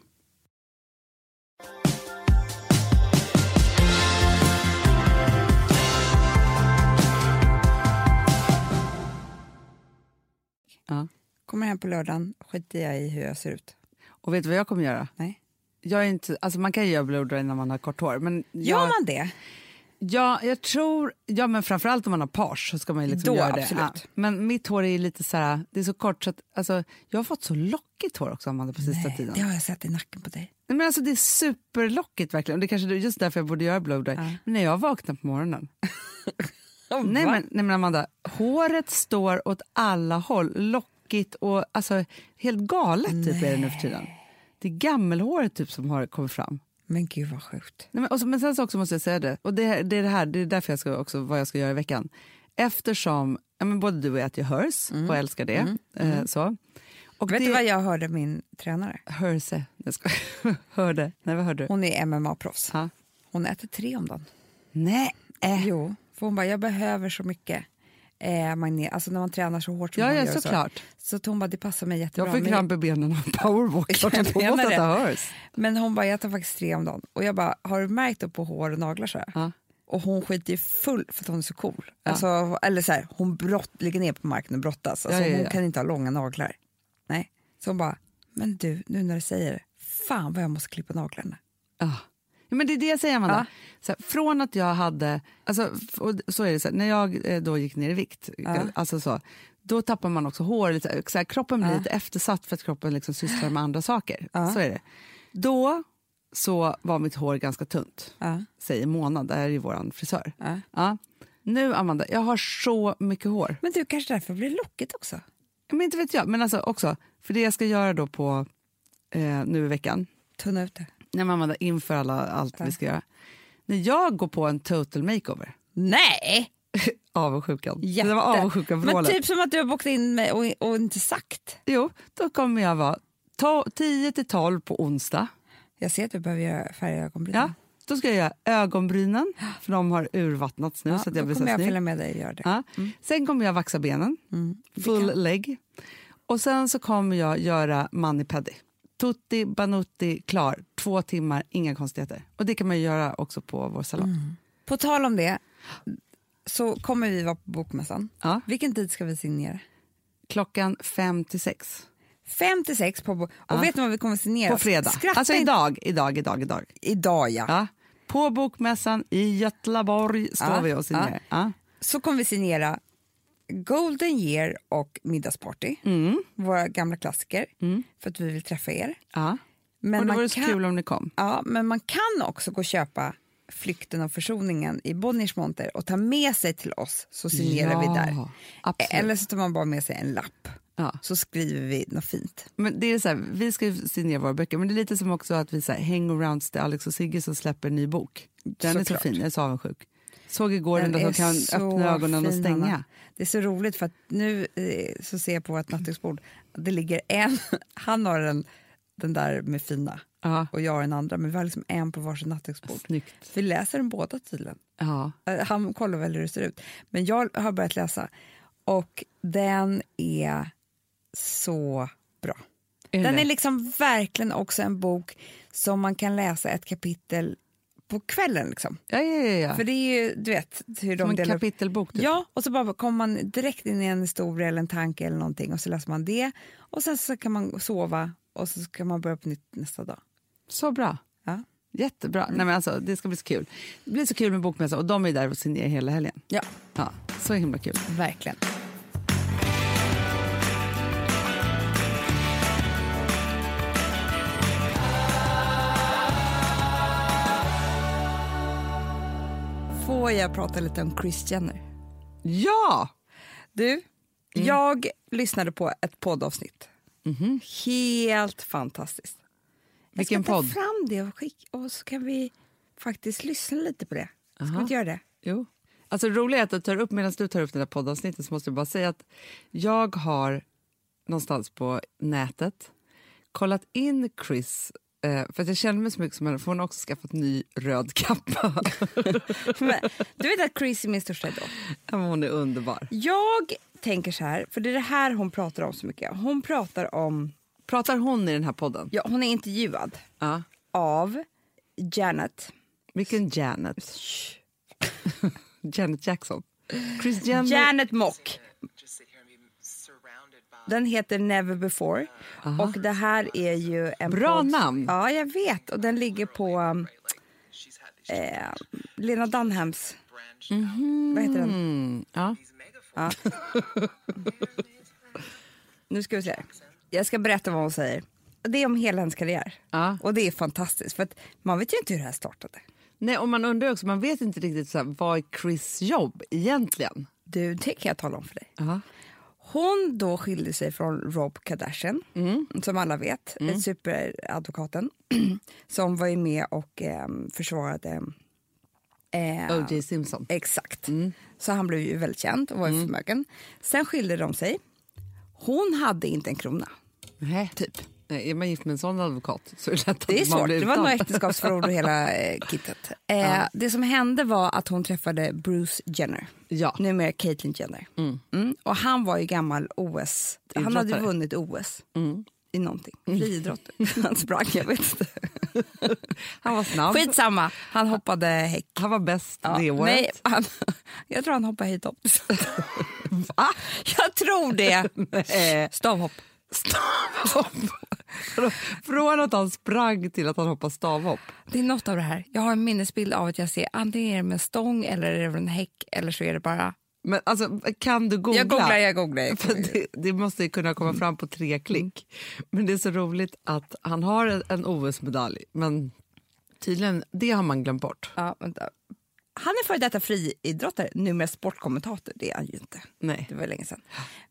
Ja.
Kommer hem på lördagen skiter jag i hur jag ser ut.
Och vet du vad jag kommer göra?
Nej.
Jag är inte, alltså man kan ju göra bloddrag när man har kort hår. Men jag,
Gör man det?
Ja, jag tror... Ja, men framförallt om man har pars så ska man ju liksom
Då,
göra det.
absolut.
Ja. Men mitt hår är ju lite så här, det är så kort så att alltså, jag har fått så lockigt hår också Amanda på sista
Nej,
tiden.
det har jag sett i nacken på dig.
Nej, men alltså det är superlockigt verkligen. Och det kanske är just därför jag borde göra blowdry. Men när jag vaknar på morgonen. nej, men, nej men Amanda, håret står åt alla håll. Lockigt och alltså helt galet typ är det nu för tiden. Det är gammelhåret typ som har kommit fram.
Men gud vad sjukt.
Nej, men, och så, men sen så också måste jag säga det, och det, det är det här, det är därför jag ska också, vad jag ska göra i veckan. Eftersom, ja, men både du och jag äter ju hörs och älskar det. Eh, så.
Mm.
Och
Vet
det,
du vad jag hörde min tränare?
Hörse, jag ska, hörde, nej vad hörde du?
Hon är MMA-proffs.
Ja.
Hon äter tre om dagen.
Nej! Äh.
Jo, för hon bara, jag behöver så mycket eh, magne- alltså när man tränar så hårt som
Ja,
man
ja
gör. och
såklart.
Så, så hon bara, det passar mig jättebra.
Jag fick
men-
kramp i benen av powerwalk klart
Jag
att hon
menar
måste
det.
äta hörs.
Men hon bara, jag tar faktiskt tre om dagen. Och jag bara, har du märkt det på hår och naglar så här?
Ja.
Och hon skiter ju full för att hon är så cool. Alltså, eller så här, hon brott, ligger ner på marken och brottas. Alltså,
Ja, ja,
Hon
ja.
kan inte ha långa naglar. Nej. Så hon bara, men du, nu när du säger det, fan vad jag måste klippa naglarna.
Ja. Ja, men det är det jag säger, Amanda. Så här, från att jag hade... Alltså, f- och d- så är det, så här, när jag eh, då gick ner i vikt, alltså så, då tappar man också hår. Lite, så här, så här, kroppen blir lite eftersatt för att kroppen liksom sysslar med andra saker. Så är det. Då så var mitt hår ganska tunt,
Ja.
säger Mona, det här är ju vår frisör.
Ja.
Ja. Nu, Amanda, jag har så mycket hår.
Men du, kanske därför blir det lockigt också?
Men inte vet jag, men alltså också, för det jag ska göra då på eh, nu i veckan,
Tunna ut det.
Nej, men Amanda, inför alla, allt vi ska göra. När jag går på en total makeover,
Nej!
avundsjukan.
Jätte.
Det var avundsjukan
Men typ som att du har bokat in mig och, och inte sagt.
Jo, då kommer jag vara to- 10 till 12 på onsdag.
Jag ser att du behöver göra färga ögonbrynen.
Ja, då ska jag göra ögonbrynen, för de har urvattnats nu. så att jag
då
blir så
kommer jag
snygg.
följa med Mm. dig och göra det.
Ja. Sen kommer jag vaxa benen, full leg. Och sen så kommer jag göra mani-pedi. Tutti Banutti klar, två timmar, inga konstigheter. Och det kan man ju göra också på vår salong.
Mm. På tal om det, så kommer vi vara på Bokmässan.
Ja.
Vilken tid ska vi signera?
Klockan fem till sex.
Fem till sex på bo- Och vet ni vad vi kommer signera?
På fredag.
Skratta
alltså
inte-
idag, idag, idag, idag.
Idag ja.
Ja. På Bokmässan i Göteborg står
Ja,
vi och signerar. Ja.
Så kommer vi signera Golden Year och Middagsparty.
Mm.
Våra gamla klassiker. För att vi vill träffa er.
Ja.
Men
och Mm. det
man
vore så
kan-
kul om ni kom.
Ja, men man kan också gå och köpa Flykten och försoningen i Bonniers monter och ta med sig till oss så signerar
Ja,
vi där.
absolut.
Eller så tar man bara med sig en lapp
Ja.
så skriver vi något fint.
Men det är så här, vi ska ju signera våra böcker, men det är lite som också att vi så här, hangarounds till Alex och Sigge som släpper en ny bok. Den är
Såklart.
så fin, jag är så avundsjuk. Såg igår den,
är
där som kan
så
öppna ögonen och
fin,
stänga.
Hanna. Det är så roligt för att nu eh, så ser jag på vårt nattduksbord att det ligger en, han har den, den där med fina
Ja.
och jag har den andra men vi har liksom en på varsin nattduksbord.
Snyggt.
Vi läser dem båda tydligen.
Ja.
Eh, Han kollar väl hur det ser ut. Men jag har börjat läsa och den är så bra.
Är
den
det?
är liksom verkligen också en bok som man kan läsa ett kapitel på kvällen. Liksom.
Ja, ja, ja, ja.
För det är ju, du vet, hur de
Som en
delar upp-
kapitelbok. Typ.
Ja, och så bara kommer man direkt in i en historia eller en tanke eller någonting och så läser man det och sen så kan man sova och så kan man börja på nytt nästa dag.
Så bra.
Ja.
Jättebra. Nej, men alltså, det ska bli så kul. Det blir så kul med bokmässan och de är där och signerar hela helgen.
Ja,
Ja, så himla kul.
verkligen. Får jag prata lite om Chris Jenner?
Ja!
Du,
Mm.
jag lyssnade på ett poddavsnitt. Helt fantastiskt.
Mhm. Vilken
jag ska ta
podd?
fram det och, skick, och så kan vi faktiskt lyssna lite på det. Ska vi
Aha.
inte göra det?
Jo. Alltså det roliga är att jag tar upp, medan du tar upp det där poddavsnittet så måste jag bara säga att jag har någonstans på nätet kollat in Chris eh, för att jag känner mig så mycket som henne, för hon har också skaffat ny röd kappa.
Men, du vet att Chris är min största idol.
Ja, men hon är underbar.
Jag tänker så här, för det är det här hon pratar om så mycket. Hon pratar om,
Pratar hon i den här podden?
ja, hon är intervjuad
Ja.
av Janet.
Vilken Janet? Janet Jackson? Chris
Ehm,
Jenner?
Janet Mock.
just sit here and be surrounded by
Den heter Never before. Och det här är ju en
Bra
podd-
namn.
Ja, jag vet. Och den ligger på um,
she's had these
eh, Lena Dunhams...
branch
Vad heter den?
Mm, ja.
Nu ska vi se. Jag ska berätta vad hon säger. Det är om hela hennes karriär.
Ja.
Och det är fantastiskt. För att man vet ju inte hur det här startade.
Nej, och man undrar också, man vet inte riktigt så här, vad är Chris jobb egentligen?
Du, det kan jag tala om för dig.
Ja.
Hon då skilde sig från Rob Kardashian,
Mm.
som alla vet, superadvokaten som var ju med och eh, försvarade... eh,
O.J. Simpson.
Exakt.
Mm.
Så han blev ju väldigt känd och var ju förmögen. Sen skilde de sig. Hon hade inte en krona.
Nej. Typ. Nej, är man gift med en sån advokat så är det lätt att
Det är
man
svårt.
blir
Det var
utan.
några äktenskapsförord och hela eh, kittet. Eh, Det som hände var att hon träffade Bruce Jenner.
Ja.
Numera Caitlyn Jenner. Mm. Och han var ju gammal OS. Han hade ju
Idrottare.
vunnit OS. I någonting. Friidrott. Han sprang, jag vet inte.
Han var snabb.
Skitsamma. Han hoppade häck.
Han var bäst
Ja,
det året.
nej, han, jag tror han hoppar hit upp. Va? Jag tror det.
Nej.
Stavhopp.
Stavhopp. Från att han sprang till att han hoppade stavhopp.
Det är något av det här. Jag har en minnesbild av att jag ser antingen är det med en stång eller är det med en häck eller så är det bara...
Men alltså, kan du googla?
Jag googlar, jag googlar. Mm. Jag
För
googlar.
det, det måste ju kunna komma fram på tre klick. Men det är så roligt att han har en, en OS-medalj, men tydligen, det har man glömt bort.
Ja, vänta. Han är före detta friidrottare, numera sportkommentator. Det är han ju inte.
Nej.
Det var länge sedan.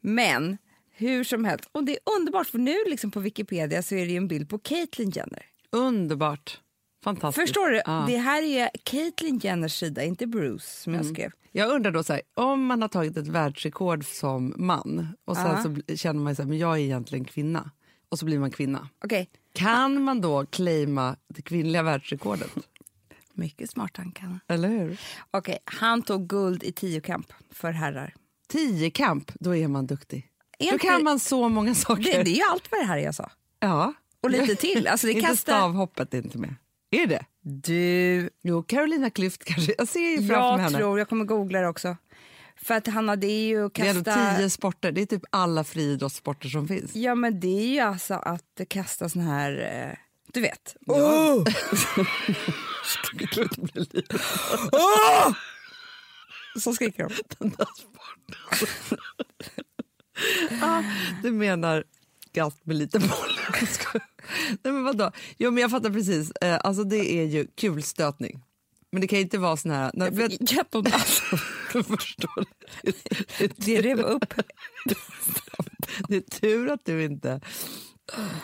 Men hur som helst, och det är underbart för nu liksom på Wikipedia så är det ju en bild på Caitlyn Jenner.
Underbart. Fantastiskt.
Förstår du?
Ja.
Det här är Caitlyn Jenners sida, inte Bruce som jag skrev.
Jag undrar då, så här, om man har tagit ett världsrekord som man och sen så bl- känner man så här, men jag är egentligen kvinna, och så blir man kvinna.
Okej.
Kan man då claima det kvinnliga världsrekordet?
Mycket smart han kan.
Eller hur?
Okej, han tog guld i tiokamp för herrar.
Tio kamp, då är man duktig.
Är
Då
inte-
kan man så många
Det,
saker.
det är ju allt vad det här jag sa.
Ja.
Och lite till. Alltså det
inte
kastar...
stavhoppet är inte med. Är det?
Du,
Jo, Carolina Klüft kanske. Jag ser ju framför mig
jag
henne.
tror, jag kommer googla det också. För att han hade ju att
Det är ändå
kasta...
tio sporter. Det är typ alla friidrottssporter som finns.
Ja men det är ju alltså att kasta sån här, eh, du vet.
Oh!
Så skriker de.
Du menar gatt med lite boll? Jag skojar. Nej, men vadå? Jo, men jag fattar precis. Eh, Alltså, det är ju kulstötning. Men det kan ju inte vara sån här... När, vet,
Jätteont.
jag förstår.
Det rev upp.
Det är tur att du inte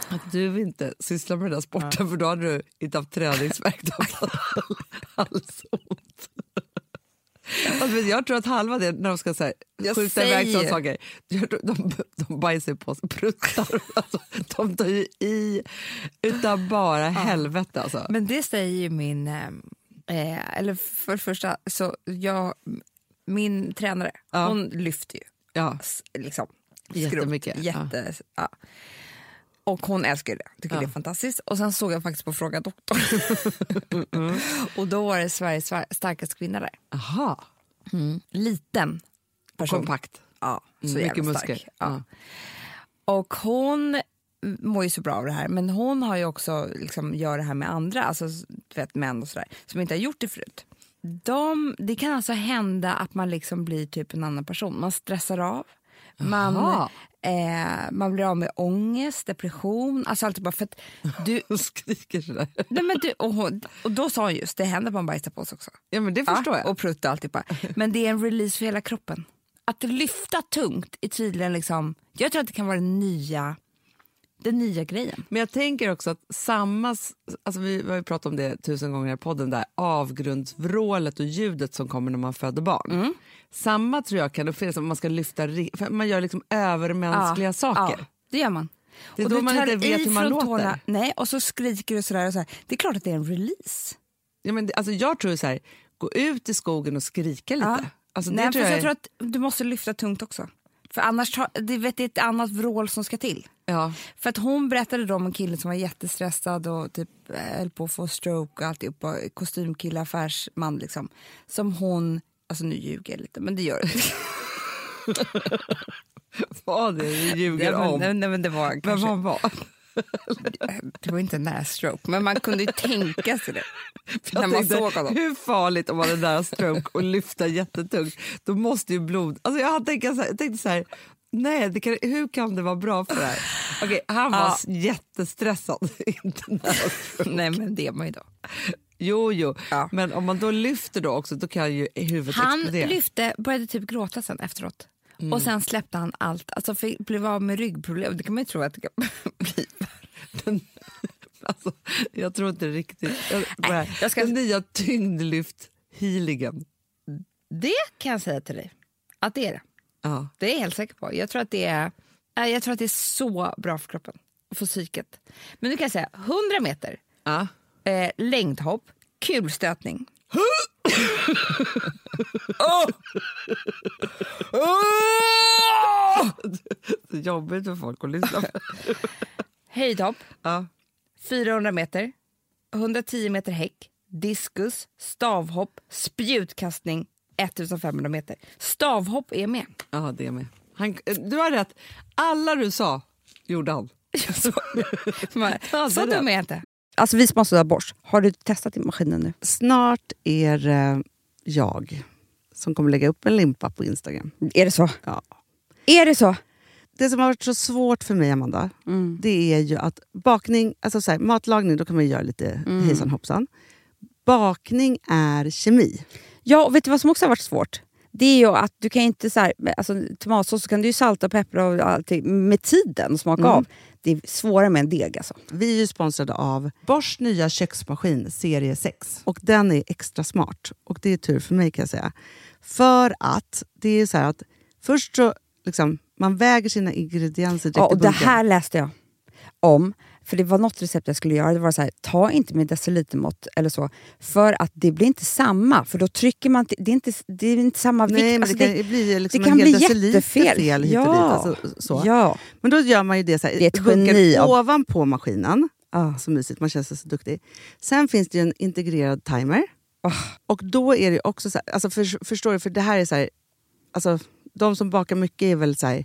att du inte sysslar med den där sporten för då hade du inte haft träningsvärk. Du hade haft halsont. Alltså, jag tror att halva det, när de ska så här,
Jag
skjuta iväg sådana
säger.
saker, jag tror de, de bajsar ju på sig, pruttar. Alltså, de tar ju i utan bara helvete. Alltså.
Men det säger ju min... eh, Eh, eller för det första, så jag, min tränare,
Ja.
hon lyfter ju.
Ja.
s- Liksom,
Jättemycket,
skrot.
ja.
Jätte, ja. Och hon älskar ju det, tycker det är fantastiskt. Och sen såg jag faktiskt på Fråga doktorn.
Mm,
Och då var det Sveriges svar- starkaste kvinna där.
Aha.
Liten person.
kompakt.
Ja, så
Mm,
jävla
mycket
stark.
muskler.
Ja. Och hon mår ju så bra av det här, men hon har ju också liksom, gör det här med andra, alltså du vet, män och sådär, som inte har gjort det förut. De, det kan alltså hända att man liksom blir typ en annan person. Man stressar av, man,
Jaha.
eh, man blir av med ångest, depression, alltså allt bara för att du...
Hon skriker sådär.
Nej, men du och, hon, och då sa hon just, det händer att man bajsar på sig också.
Ja, men det förstår
Ja,
jag.
Och prutt och alltihopa. Men det är en release för hela kroppen. Att lyfta tungt är tydligen liksom, jag tror att det kan vara den nya, den nya grejen.
Men jag tänker också att samma, s- alltså vi har ju pratat om det tusen gånger i den här podden, där avgrundsvrålet och ljudet som kommer när man föder barn.
Mm.
Samma tror jag kan uppfinnas om man ska lyfta, ri- för man gör liksom övermänskliga
Ja,
saker.
Ja, det gör man.
Det är då
du
man
tar
inte vet
i
hur man
från
låter.
nej, och så skriker du sådär och sådär. Det är klart att det är en release.
Ja, men, det- alltså jag tror så här, gå ut i skogen och skrika lite. Alltså, det
nej,
tror
fast
jag,
jag
är-
tror att du måste lyfta tungt också. För annars tar, det vet, det är ett annat vrål som ska till.
ja.
För att hon berättade då om en kille som var jättestressad och typ eh, höll på att få stroke och alltihopa. Kostymkille, affärsman liksom. Som hon, alltså nu ljuger jag lite men det gör det.
Vad det är du ljuger
Ja, men-
om.
nej, nej, men det var
Vem
kanske-
han var.
Det var inte en nässtroke men man kunde ju tänka sig det.
Jag
när man
tänkte,
såg honom.
Hur farligt om man hade nära stroke och lyfta jättetungt. Då måste ju blod... Alltså jag hade tänkt så här, jag tänkte så här, nej, det kan, hur kan det vara bra för det här? Okej, han var
Ja.
s- jättestressad. Inte nära stroke.
Nej men det är man ju då.
Jo, jo.
Ja.
Men om man då lyfter då också, då kan ju huvudet
Han
explodera.
lyfte, började typ gråta sen efteråt. Och sen släppte han allt, alltså fick, blev av med ryggproblem. Det kan man ju tro att det kan bli.
alltså, jag tror inte riktigt... Jag, nej,
jag ska-
Den nya tyngdlyft-healingen.
Det kan jag säga till dig, att det är det.
Ja.
Det är jag helt säker på. Jag tror att det är, nej, jag tror att det är så bra för kroppen och för psyket. Men nu kan jag säga 100 meter,
Ja.
eh, längdhopp, kulstötning.
Det är jobbigt för folk att lyssna på.
Höjdhopp,
Ja.
400 meter, 110 meter häck, diskus, stavhopp, spjutkastning, 1500 meter. Stavhopp är med.
Ja, det med. Han, eh, du har rätt. Alla du sa gjorde han.
Så dum är jag inte. Alltså vi som har suddarborst, har du testat din maskinen nu?
Snart är det jag som kommer lägga upp en limpa på Instagram.
Är det så?
Ja.
Är det så?
Det som har varit så svårt för mig, Amanda, det är ju att bakning... Alltså så här, matlagning, då kan man ju göra lite hejsan hoppsan. Bakning är kemi.
Ja, och vet du vad som också har varit svårt? Det är ju att du kan inte så här, alltså tomatsås så kan du ju salta och peppra och allting med tiden och smaka av. Det är svårare med en deg alltså.
Vi är ju sponsrade av Bors nya köksmaskin serie 6. Och den är extra smart. Och det är tur för mig kan jag säga. För att det är så här att först så liksom, man väger sina ingredienser direkt
Ja, och
i
det
bunken.
här läste jag om. För det var något recept jag skulle göra. Det var så här, ta inte med decilitermått eller så. För att det blir inte samma. För då trycker man, till- det är inte, det är inte samma vikt.
Nej, men
Alltså,
det kan ju bli liksom
det
en
kan
hel
bli
deciliter
jättefel.
fel hit och dit, alltså, så.
Ja.
Men då gör man ju det så här,
Det är ett
bunkar
geni av-
ovanpå maskinen.
Ah.
Så mysigt, man känns så duktig. Sen finns det ju en integrerad timer.
Ah.
Och då är det ju också så här, alltså för, förstår du, för det här är så här, alltså de som bakar mycket är väl så här,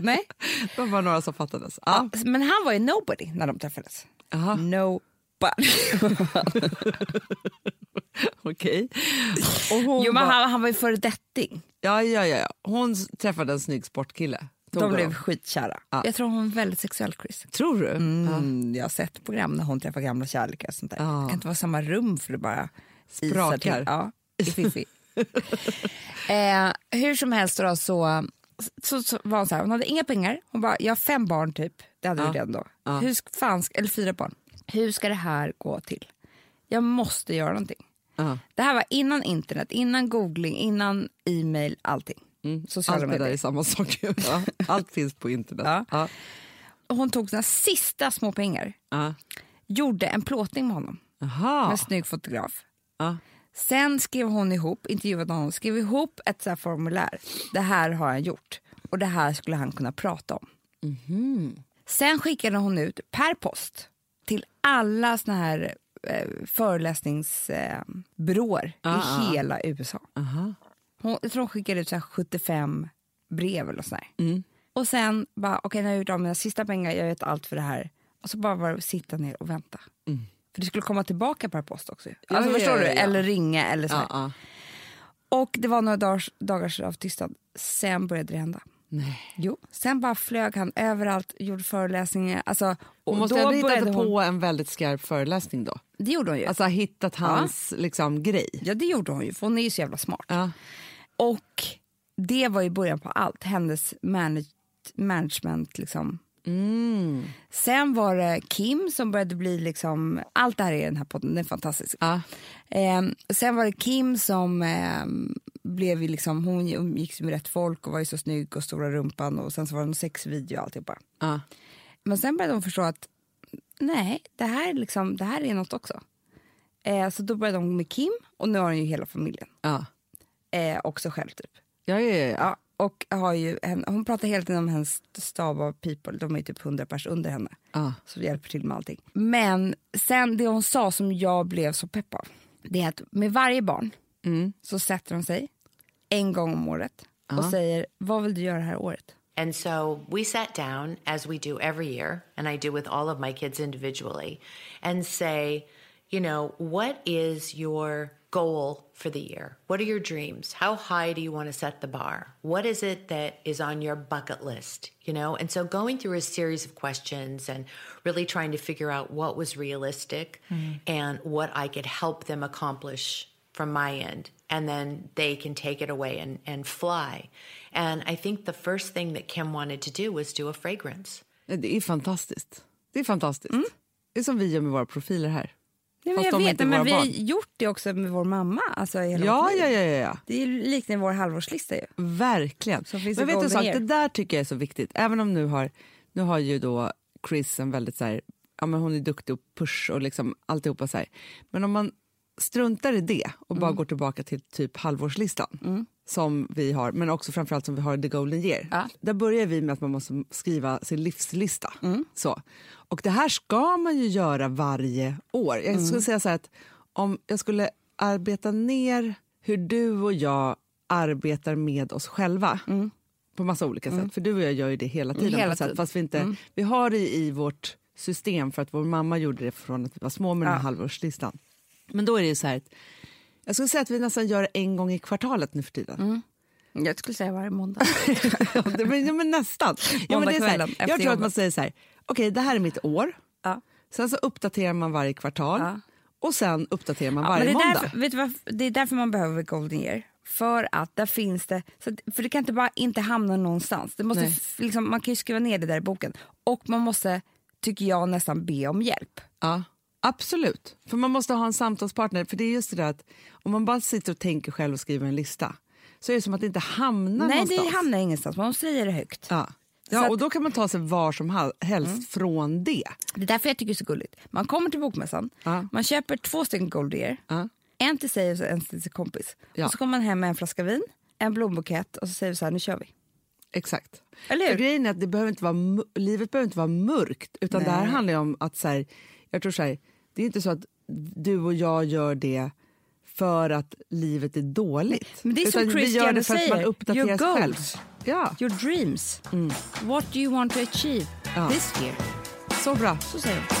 Nej.
Det var några som fattades. Ja.
Men han var ju nobody när de träffades.
Aha,
Nobody.
okej. Och hon
Jo, men
var-
han, han var ju föredetting.
Ja, ja, ja. ja. Hon s- träffade en snygg sportkille. Tog
De blev
honom.
skitkära.
Jag tror hon var väldigt sexuell, Chris.
Tror du?
Mm, jag har sett program när hon träffar gamla kärlekar och sånt där.
Ja.
Det kan inte vara samma rum för det bara isar
Sprakar.
till. Ja, i fiffi. eh, hur som helst då så, så, så var hon så här, hon hade inga pengar. Hon bara, jag har fem barn typ. Det hade vi redan då. Hur ska, fan, ska- eller fyra barn. Hur ska det här gå till? Jag måste göra någonting.
Ja.
Det här var innan internet, innan googling, innan e-mail, allting. Sociala
Mm. Allt det där
medier.
är samma sak. ju. Ja. Allt finns på internet. Ja. Ja.
Och hon tog sina sista små pengar,
Ja.
gjorde en plåtning med honom. med
Aha.
en snygg fotograf.
Ja.
Sen skrev hon ihop, intervjuade honom, skrev ihop ett så här formulär. Det här har han gjort och det här skulle han kunna prata om. Sen skickade hon ut per post till alla såna här eh, föreläsningsbyråer eh, byråer i hela USA. Hon, jag tror hon skickade ut så här 75 brev eller sådär.
Mm.
Och sen bara, okej nu har jag gjort av mina sista pengar, jag har gett allt för det här. Och så bara var det att sitta ner och vänta. För det skulle komma tillbaka per post också.
Mm. Ja,
alltså,
ja,
förstår
ja,
du?
ja.
Eller ringa eller sådär.
Ja, ja.
Och det var några dagars, dagars av tystnad. Sen började det hända.
Nej.
Jo. Sen bara flög han överallt, gjorde föreläsningar. Alltså, och
Hon måste
då
ha hittat
började hon,
på en väldigt skarp föreläsning då.
Det gjorde hon ju.
Alltså ha hittat hans liksom, grej.
ja, det gjorde hon ju, för hon är ju så jävla smart.
Ja.
Och det var ju början på allt. Hennes manage, management liksom,
Mm.
Sen var det Kim som började bli liksom, allt det här är i den här podden, den är fantastisk.
Ja.
Ehm, sen var det Kim som ehm, blev ju liksom, hon umgicks ju med rätt folk och var ju så snygg och stora rumpan och sen så var det en sexvideo och alltihopa.
Ja.
Men sen började de förstå att nej, det här, är liksom, det här är något också. Eh, så då började de med Kim och nu har hon ju hela familjen.
Ja.
Eh, också själv typ.
Ja, ja, ja, ja.
Ja, och har ju, hen- hon pratar hela tiden om hennes stab av people, de är ju typ 100 pers under henne.
Ja.
Så det hjälper till med allting. Men sen det hon sa som jag blev så pepp av, det är att med varje barn så sätter de sig en gång om året och säger vad vill du göra det här året?
And so we sat down, as we do every year, and I do with all of my kids individually, and say, you know, what is your goal for the year? What are your dreams? How high do you want to set the bar? What is it that is on your bucket list? You know, and so going through a series of questions and really trying to figure out what was realistic and what I could help them accomplish from my end and then they can take it away and, and fly and i think the first thing that kim wanted to do was do a fragrance
Nej, Det är fantastiskt. Det är fantastiskt. Det är som vi gör med våra profiler här.
Nej, Mm. men jag
Fast de är
vet,
inte
nej, men
våra
vi har
barn.
gjort det också med vår mamma. Alltså, i hela
Ja,
vårt liv.
ja, ja, ja, ja.
Det är ju liknande vår halvårslista ju.
Verkligen.
Som finns i
Men vet du en
Golden
sak,
Year.
det där tycker jag är så viktigt. Även om nu har, nu har ju då Chris en väldigt så här, ja men hon är duktig och push och liksom alltihopa så här. Men om man struntar i det och bara går tillbaka till typ halvårslistan som vi har, men också framförallt som vi har i The Golden Year. Där börjar vi med att man måste skriva sin livslista. Så. Och det här ska man ju göra varje år. Jag skulle säga så här att om jag skulle arbeta ner hur du och jag arbetar med oss själva på massa olika
Mm.
sätt. För du och jag gör ju det hela tiden.
hela
på ett sätt,
tiden. Mm.
Fast vi, inte, vi har det i vårt system för att vår mamma gjorde det från att vi var små med den här halvårslistan. Men då är det ju så här att jag skulle säga att vi nästan gör det en gång i kvartalet nu för tiden.
Mm. Jag skulle säga varje måndag.
Ja, det, men, ja, men nästan. Ja, men det är så
Måndagskvällen
här,
efter
jag tror att
jobbet.
man säger så här, okej det här är mitt år.
Ja.
Sen så uppdaterar man varje kvartal
Ja.
och sen uppdaterar man
Ja,
varje
men det är
måndag.
Därför, vet du varför, det är därför man behöver Golden Year. För att där finns det, så att, för det kan inte bara inte hamna någonstans. Det måste
Nej.
f- liksom, man kan ju skriva ner det där i boken. Och man måste, tycker jag, nästan be om hjälp.
Ja, absolut. För man måste ha en samtalspartner. För det är just det där att om man bara sitter och tänker själv och skriver en lista så är det som att det inte hamnar
Nej,
någonstans.
det hamnar ingenstans. Man säger det högt.
Ja.
Så
Ja,
att-
och då kan man ta sig var som hal- helst från det.
Det är därför jag tycker det är så gulligt. Man kommer till bokmässan,
Ja.
man köper två stycken Golden Year.
Ja.
En till sig och en till sin kompis.
Ja.
Och så kommer man hem med en flaska vin, en blombukett och så säger vi så här, nu kör vi.
Exakt.
Eller hur?
För grejen är att det behöver inte vara, mu- livet behöver inte vara mörkt. Utan det här handlar ju om att så här, jag tror så här, det är inte så att du och jag gör det för att livet är dåligt.
Men det är som
utan vi
Chris
gör
Jenner
det för att man
säger,
uppdaterar
your
sig själv.
goals.
Ja,
Your dreams. What do you want to achieve
Mm. Ja.
this year?
så bra.
Så säger de.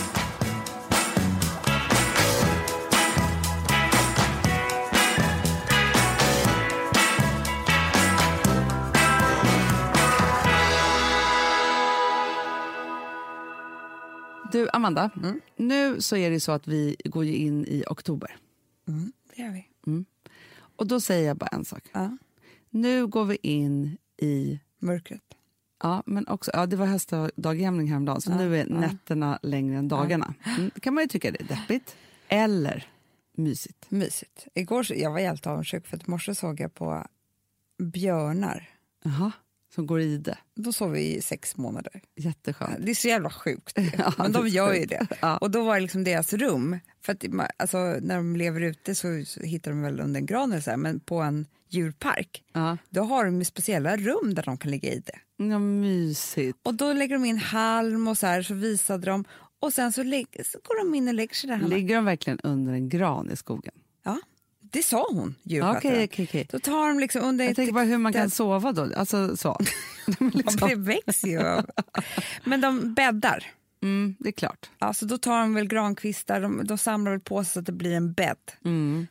Du, Amanda, nu så är det ju så att vi går ju in i oktober.
Det gör vi.
Och då säger jag bara en sak.
Ja.
Nu går vi in i
Mörkret.
Ja, men också, ja, det var höstdagjämning häromdagen, så nu är nätterna längre än dagarna. Mm, det kan man ju tycka det är deppigt, eller mysigt.
Mysigt. Igår så, jag var helt avundsjuk för att i morse såg jag på björnar.
Jaha, som går i det.
Då sov vi i sex månader.
Jätteskönt.
Det är så jävla sjukt. Men de gör ju det. Och då var det liksom deras rum. För att ma- alltså, när de lever ute så, så hittar de väl under en gran eller så här, men på en djurpark.
Ja.
Då har de ju speciella rum där de kan ligga i det.
Ja, mysigt.
Och då lägger de in halm och så här så visade de. Och sen så, lägg, så går de in och lägger sig där. Hanna.
Ligger de verkligen under en gran i skogen?
Ja, det sa hon, djurskötaren.
Okej, okej, okej.
Då tar de liksom under...
Jag tänker bara hur man kan sova då. Alltså så.
Det växer ju av. Men de bäddar.
Mm, det är klart.
Alltså då tar de väl grankvistar, de, de samlar väl på sig så att det blir en bädd.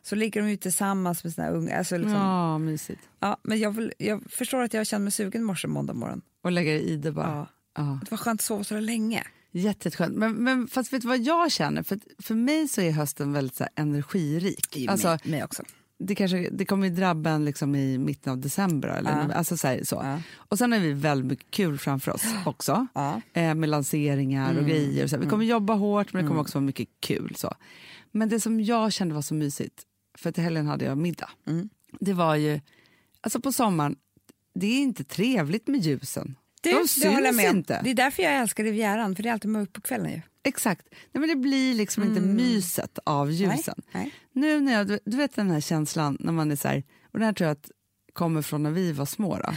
Så ligger de ju tillsammans med sina unga. Alltså liksom, ja.
Mm. Ja, mysigt.
men jag, vill, jag förstår att jag kände mig sugen i morse måndag morgon.
Och lägga det i det bara.
Ja.
Ja.
Det var skönt att sova så länge.
Jätte- Jätteskönt. Men, men fast vet du vad jag känner? För, för mig så är hösten väldigt så här energirik.
Alltså, mig, mig också.
det, kanske, det kommer ju drabba en liksom i mitten av december. Eller, alltså så här, så. Och sen har vi väldigt mycket kul framför oss också. Eh, med lanseringar
Mm,
och grejer. Och så här. Vi kommer jobba hårt men det kommer också vara mycket kul. Så. Men det som jag kände var så mysigt, för till helgen hade jag middag.
Mm.
Det var ju, alltså på sommaren, det är inte trevligt med ljusen.
Du,
De
det
syns
håller jag med om.
inte.
Det är därför jag älskar Rivieran, för det är alltid mörkt på kvällen ju.
Exakt. Nej, men det blir liksom inte myset av ljusen.
nej.
Nu när jag, du- du vet den här känslan när man är så här, och den här tror jag att kommer från när vi var små. Då.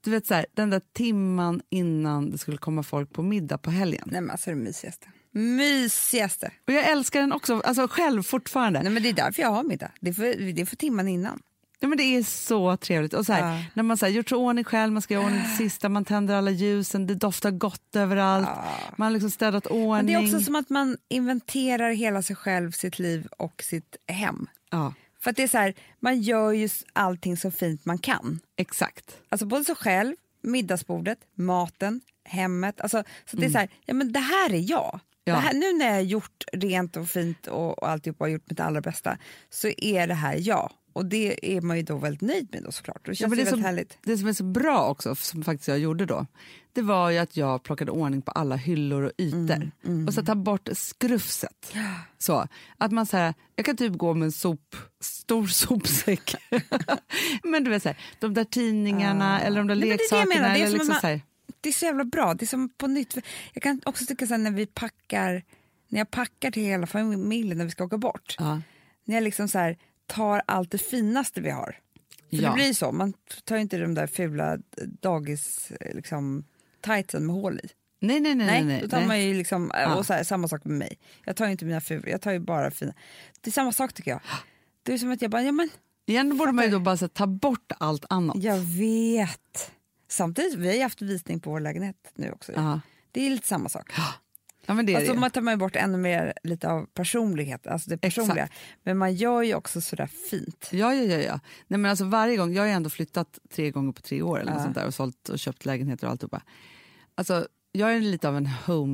Du vet så här, den där timman innan det skulle komma folk på middag på helgen.
Nej men alltså det mysigaste. Mysigaste!
Och jag älskar den också, alltså själv fortfarande.
Nej men det är därför jag har middag. Det är för, det är för timman innan.
Nej, men det är så trevligt. Och så här, När man så här, gjort sig i ordning själv, man ska göra i ordning det
Ah.
sista, man tänder alla ljusen, det doftar gott överallt, man har liksom städat
Ah. Men
ordning.
det är också som att man inventerar hela sig själv, sitt liv och sitt hem.
Ja,
För att det är så här, man gör ju s- allting så fint man kan.
exakt.
Alltså både sig själv, middagsbordet, maten, hemmet. Alltså, så att det är så här, ja men det här är jag.
Mm. Ja.
Det här, nu när jag har gjort rent och fint och, och alltihopa och gjort mitt allra bästa så är det här jag. Och det är man ju då väldigt nöjd med då såklart. Det känns
Ja, men
ju
det,
väldigt
som,
härligt.
det som är så bra också, som faktiskt jag gjorde då, det var ju att jag plockade ordning på alla hyllor och ytor.
Mm,
Och så ta bort skrufset. Så, att man så här, jag kan typ gå med en sop, stor sopsäck. men du vet, så här, de där tidningarna eller de där
Ah. Nej, men det är det jag menar.
leksakerna.
Det är
eller
som
liksom
att
så
man-
här,
Det är så jävla bra. Det är som på nytt. Jag kan också tycka så här, när vi packar, när jag packar till hela familjen när vi ska åka bort. När jag liksom så här, tar allt det finaste vi har. För
Ja.
det blir ju så, man tar ju inte de där fula eh, dagis liksom, tightsen med hål i.
nej, nej, nej. nej,
Nej,
nej,
då tar man ju liksom,
Ja.
och så här, samma sak med mig. Jag tar ju inte mina fula, jag tar ju bara fina. Det är samma sak tycker jag. Det är som att jag bara, ja men
Egentligen borde man ju då bara så här, ta bort allt annat.
jag vet. Samtidigt, vi har ju haft visning på vår lägenhet nu också.
Ja.
Det är lite samma sak.
Ja, men det är
Alltså
det.
man tar man ju bort ännu mer lite av personlighet, alltså det personliga. Men man gör ju också sådär fint.
Ja, ja, ja. ja. Nej, men alltså varje gång, jag har ju ändå flyttat tre gånger på tre år eller något sånt där, och sålt och köpt lägenheter och alltihopa. Alltså, jag är lite av en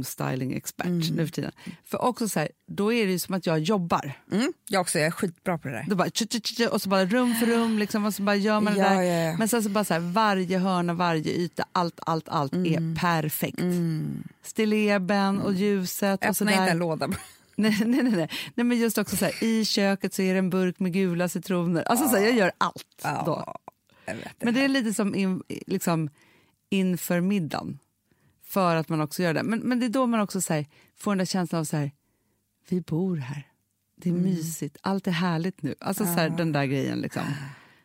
homestyling-expert nu för tiden. För också så här, då är det ju som att jag jobbar.
Mm. Jag också, jag är skitbra på det där.
Då bara, tju, tju, tju, tju, och så bara rum för rum, liksom, och så bara gör man det
Ja,
där.
ja, ja.
Men sen så bara så här, varje hörna, varje yta, allt, allt, allt
Mm.
är perfekt. Stilleben och ljuset och så
Öppna inte
där.
en låda.
Nej, nej, nej, nej. nej men just också så här, i köket så är det en burk med gula citroner. Alltså så här, jag gör allt då.
Jag vet
Men det är lite som in, liksom, inför middagen. För att man också gör det. Men, men det är då man också så här, får den där känslan av så här, vi bor här. Det är
Mm.
mysigt, allt är härligt nu. Alltså så här, den där grejen liksom.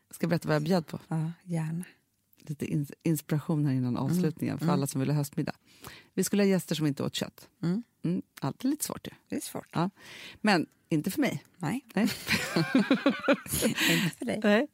Jag ska berätta vad jag bjöd på
Ja, gärna.
lite ins- inspiration här
Mm.
innan avslutningen för alla som ville ha höstmiddag. Vi skulle ha gäster som inte åt kött. Mm. Alltid lite svårt ju.
Det är svårt.
Ja. Men inte för mig.
Nej,
Nej.
inte för dig.
Nej.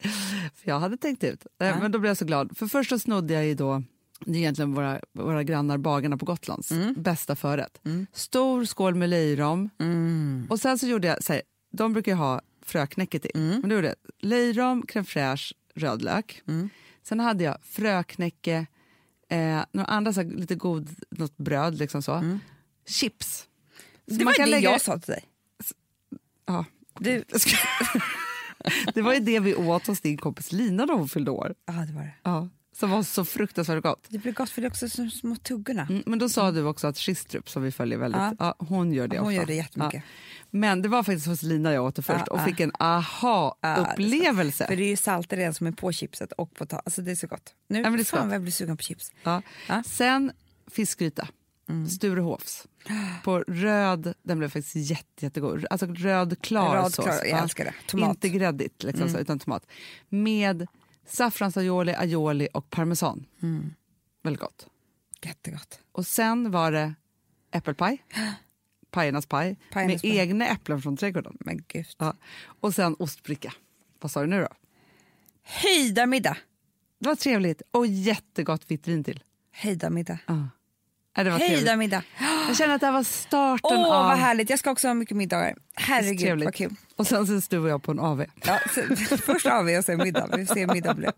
För jag hade tänkt ut. Nej, Men då blev jag så glad. För först så snodde jag ju då det är egentligen våra, våra grannar bagarna på Gotlands
Mm.
bästa förrätt. Stor skål med löjrom.
Mm.
Och sen så gjorde jag, så här, de brukar ju ha fröknäcke till.
Mm.
Men då gjorde jag löjrom, crème fraîche, rödlök.
Mm.
Sen hade jag fröknäcke, eh, några andra så här, lite god, något bröd liksom så. Chips. Så
Mm. Det var det jag sa till dig.
Ja.
Du...
Det var ju det vi åt hos din kompis Lina då hon fyllde år.
Ja, det var det.
Ja. Som var så fruktansvärt gott.
Det blir gott för det är också som små tuggorna.
Mm, Men då sa du också att Schistrup som vi följer väldigt, ja.
Ja.
hon gör det
Hon
ofta.
gör det jättemycket.
Ja. Men det var faktiskt hos Lina jag åt det först
Ja,
och
ja.
fick en
Ja, det är så.
aha-upplevelse.
För det är ju salter redan som är på chipset och på ta- Alltså det är så gott. Nu,
men det är så
fan
gott.
vad jag blir sugen på chips.
ja.
Ja. Mm.
Sen fiskgryta, Sturehofs. På röd, den blev faktiskt jätte, jättegod. Alltså röd klar
Röd
sås.
klar, jag
Ja.
älskar det. Tomat. Mm.
Inte gräddigt liksom, så, utan tomat. Med saffransaioli, aioli och parmesan.
Mm.
Väldigt gott.
Jättegott.
Och sen var det äppelpaj, pajernas paj,
Pajernas
med
paj.
egna äpplen från trädgården.
Men gud.
Ja. Och sen ostbricka. Vad sa du nu då?
Höjdarmiddag.
Det var trevligt och jättegott vitt vin till.
Höjdarmiddag.
Ja, det var trevligt.
Höjdarmiddag.
Jag känner att det här var starten
Åh,
av...
vad härligt. Jag ska också ha mycket middagar.
Så
Herregud,
trevligt.
vad kul.
Och sen syns du och jag på en AV.
Ja, så, först AV och sen middag. Vi ser hur middag blev.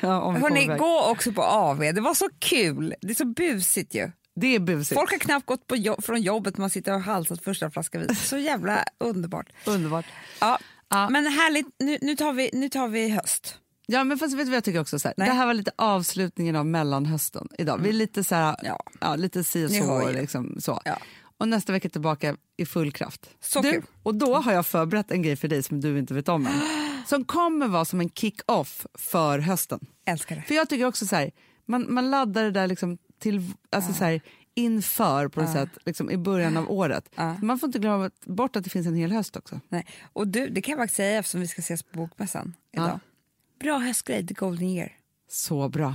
Ja, om vi kommer
Hörni,
iväg.
gå också på AV. Det var så kul. Det är så busigt ju.
Det är busigt.
Folk har knappt gått på jo- från jobbet, man sitter och har halsat första flaskan vin. Så jävla underbart.
Underbart.
Ja, Men härligt, nu, nu, tar vi, nu tar vi höst.
Ja, men fast vet du vad jag tycker också? Så här,
Nej. Mm.
det här var lite avslutningen av mellanhösten idag. Vi är lite så här, ja.
Ja.
lite si och
Ni hör
så.
ju.
Liksom, så.
Ja.
Och nästa vecka tillbaka i full kraft.
Så
du,
kul.
och då har jag förberett en grej för dig som du inte vet om än. Som kommer vara som en kick-off för hösten.
Älskar det.
För jag tycker också så här, man, man laddar det där liksom till, alltså så här, inför på något sätt, liksom i början av året. Man får inte glömma bort att det finns en hel höst också.
Nej. Och du, det kan jag faktiskt säga eftersom vi ska ses på bokmässan idag. Bra höstgrej, the golden year.
Så bra.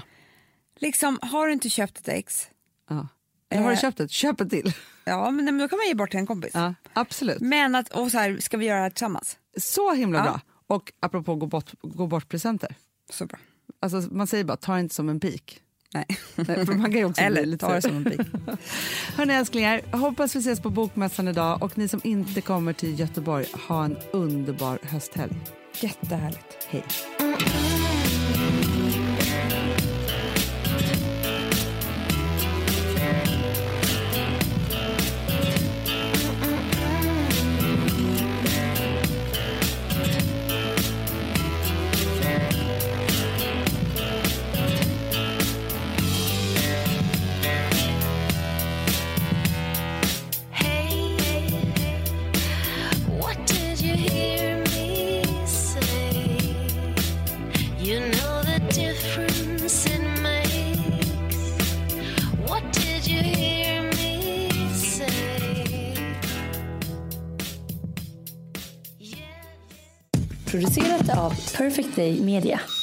Liksom, har du inte köpt ett ex,
Ja. Eller har du
Eh.
köpt ett? Köp ett till.
ja men, nej, men då kan man ge bort till en kompis.
Ja, absolut.
Men att, och så här, ska vi göra det här tillsammans?
Så himla
Ja.
bra. Och apropå gå bort, gå bort presenter.
Så bra.
Alltså, man säger bara, ta det inte som en pik.
Nej.
Nej, för man kan ju också bli
Eller
lite
ta det
sur.
som en pik.
Hörni älsklingar, hoppas vi ses på Bokmässan idag. Och ni som inte kommer till Göteborg, ha en underbar hösthelg.
Jättehärligt.
Hej.
What did you hear me say? You know the difference it makes. What did you hear me say? Yeah.
Producerat av Perfect Day Media.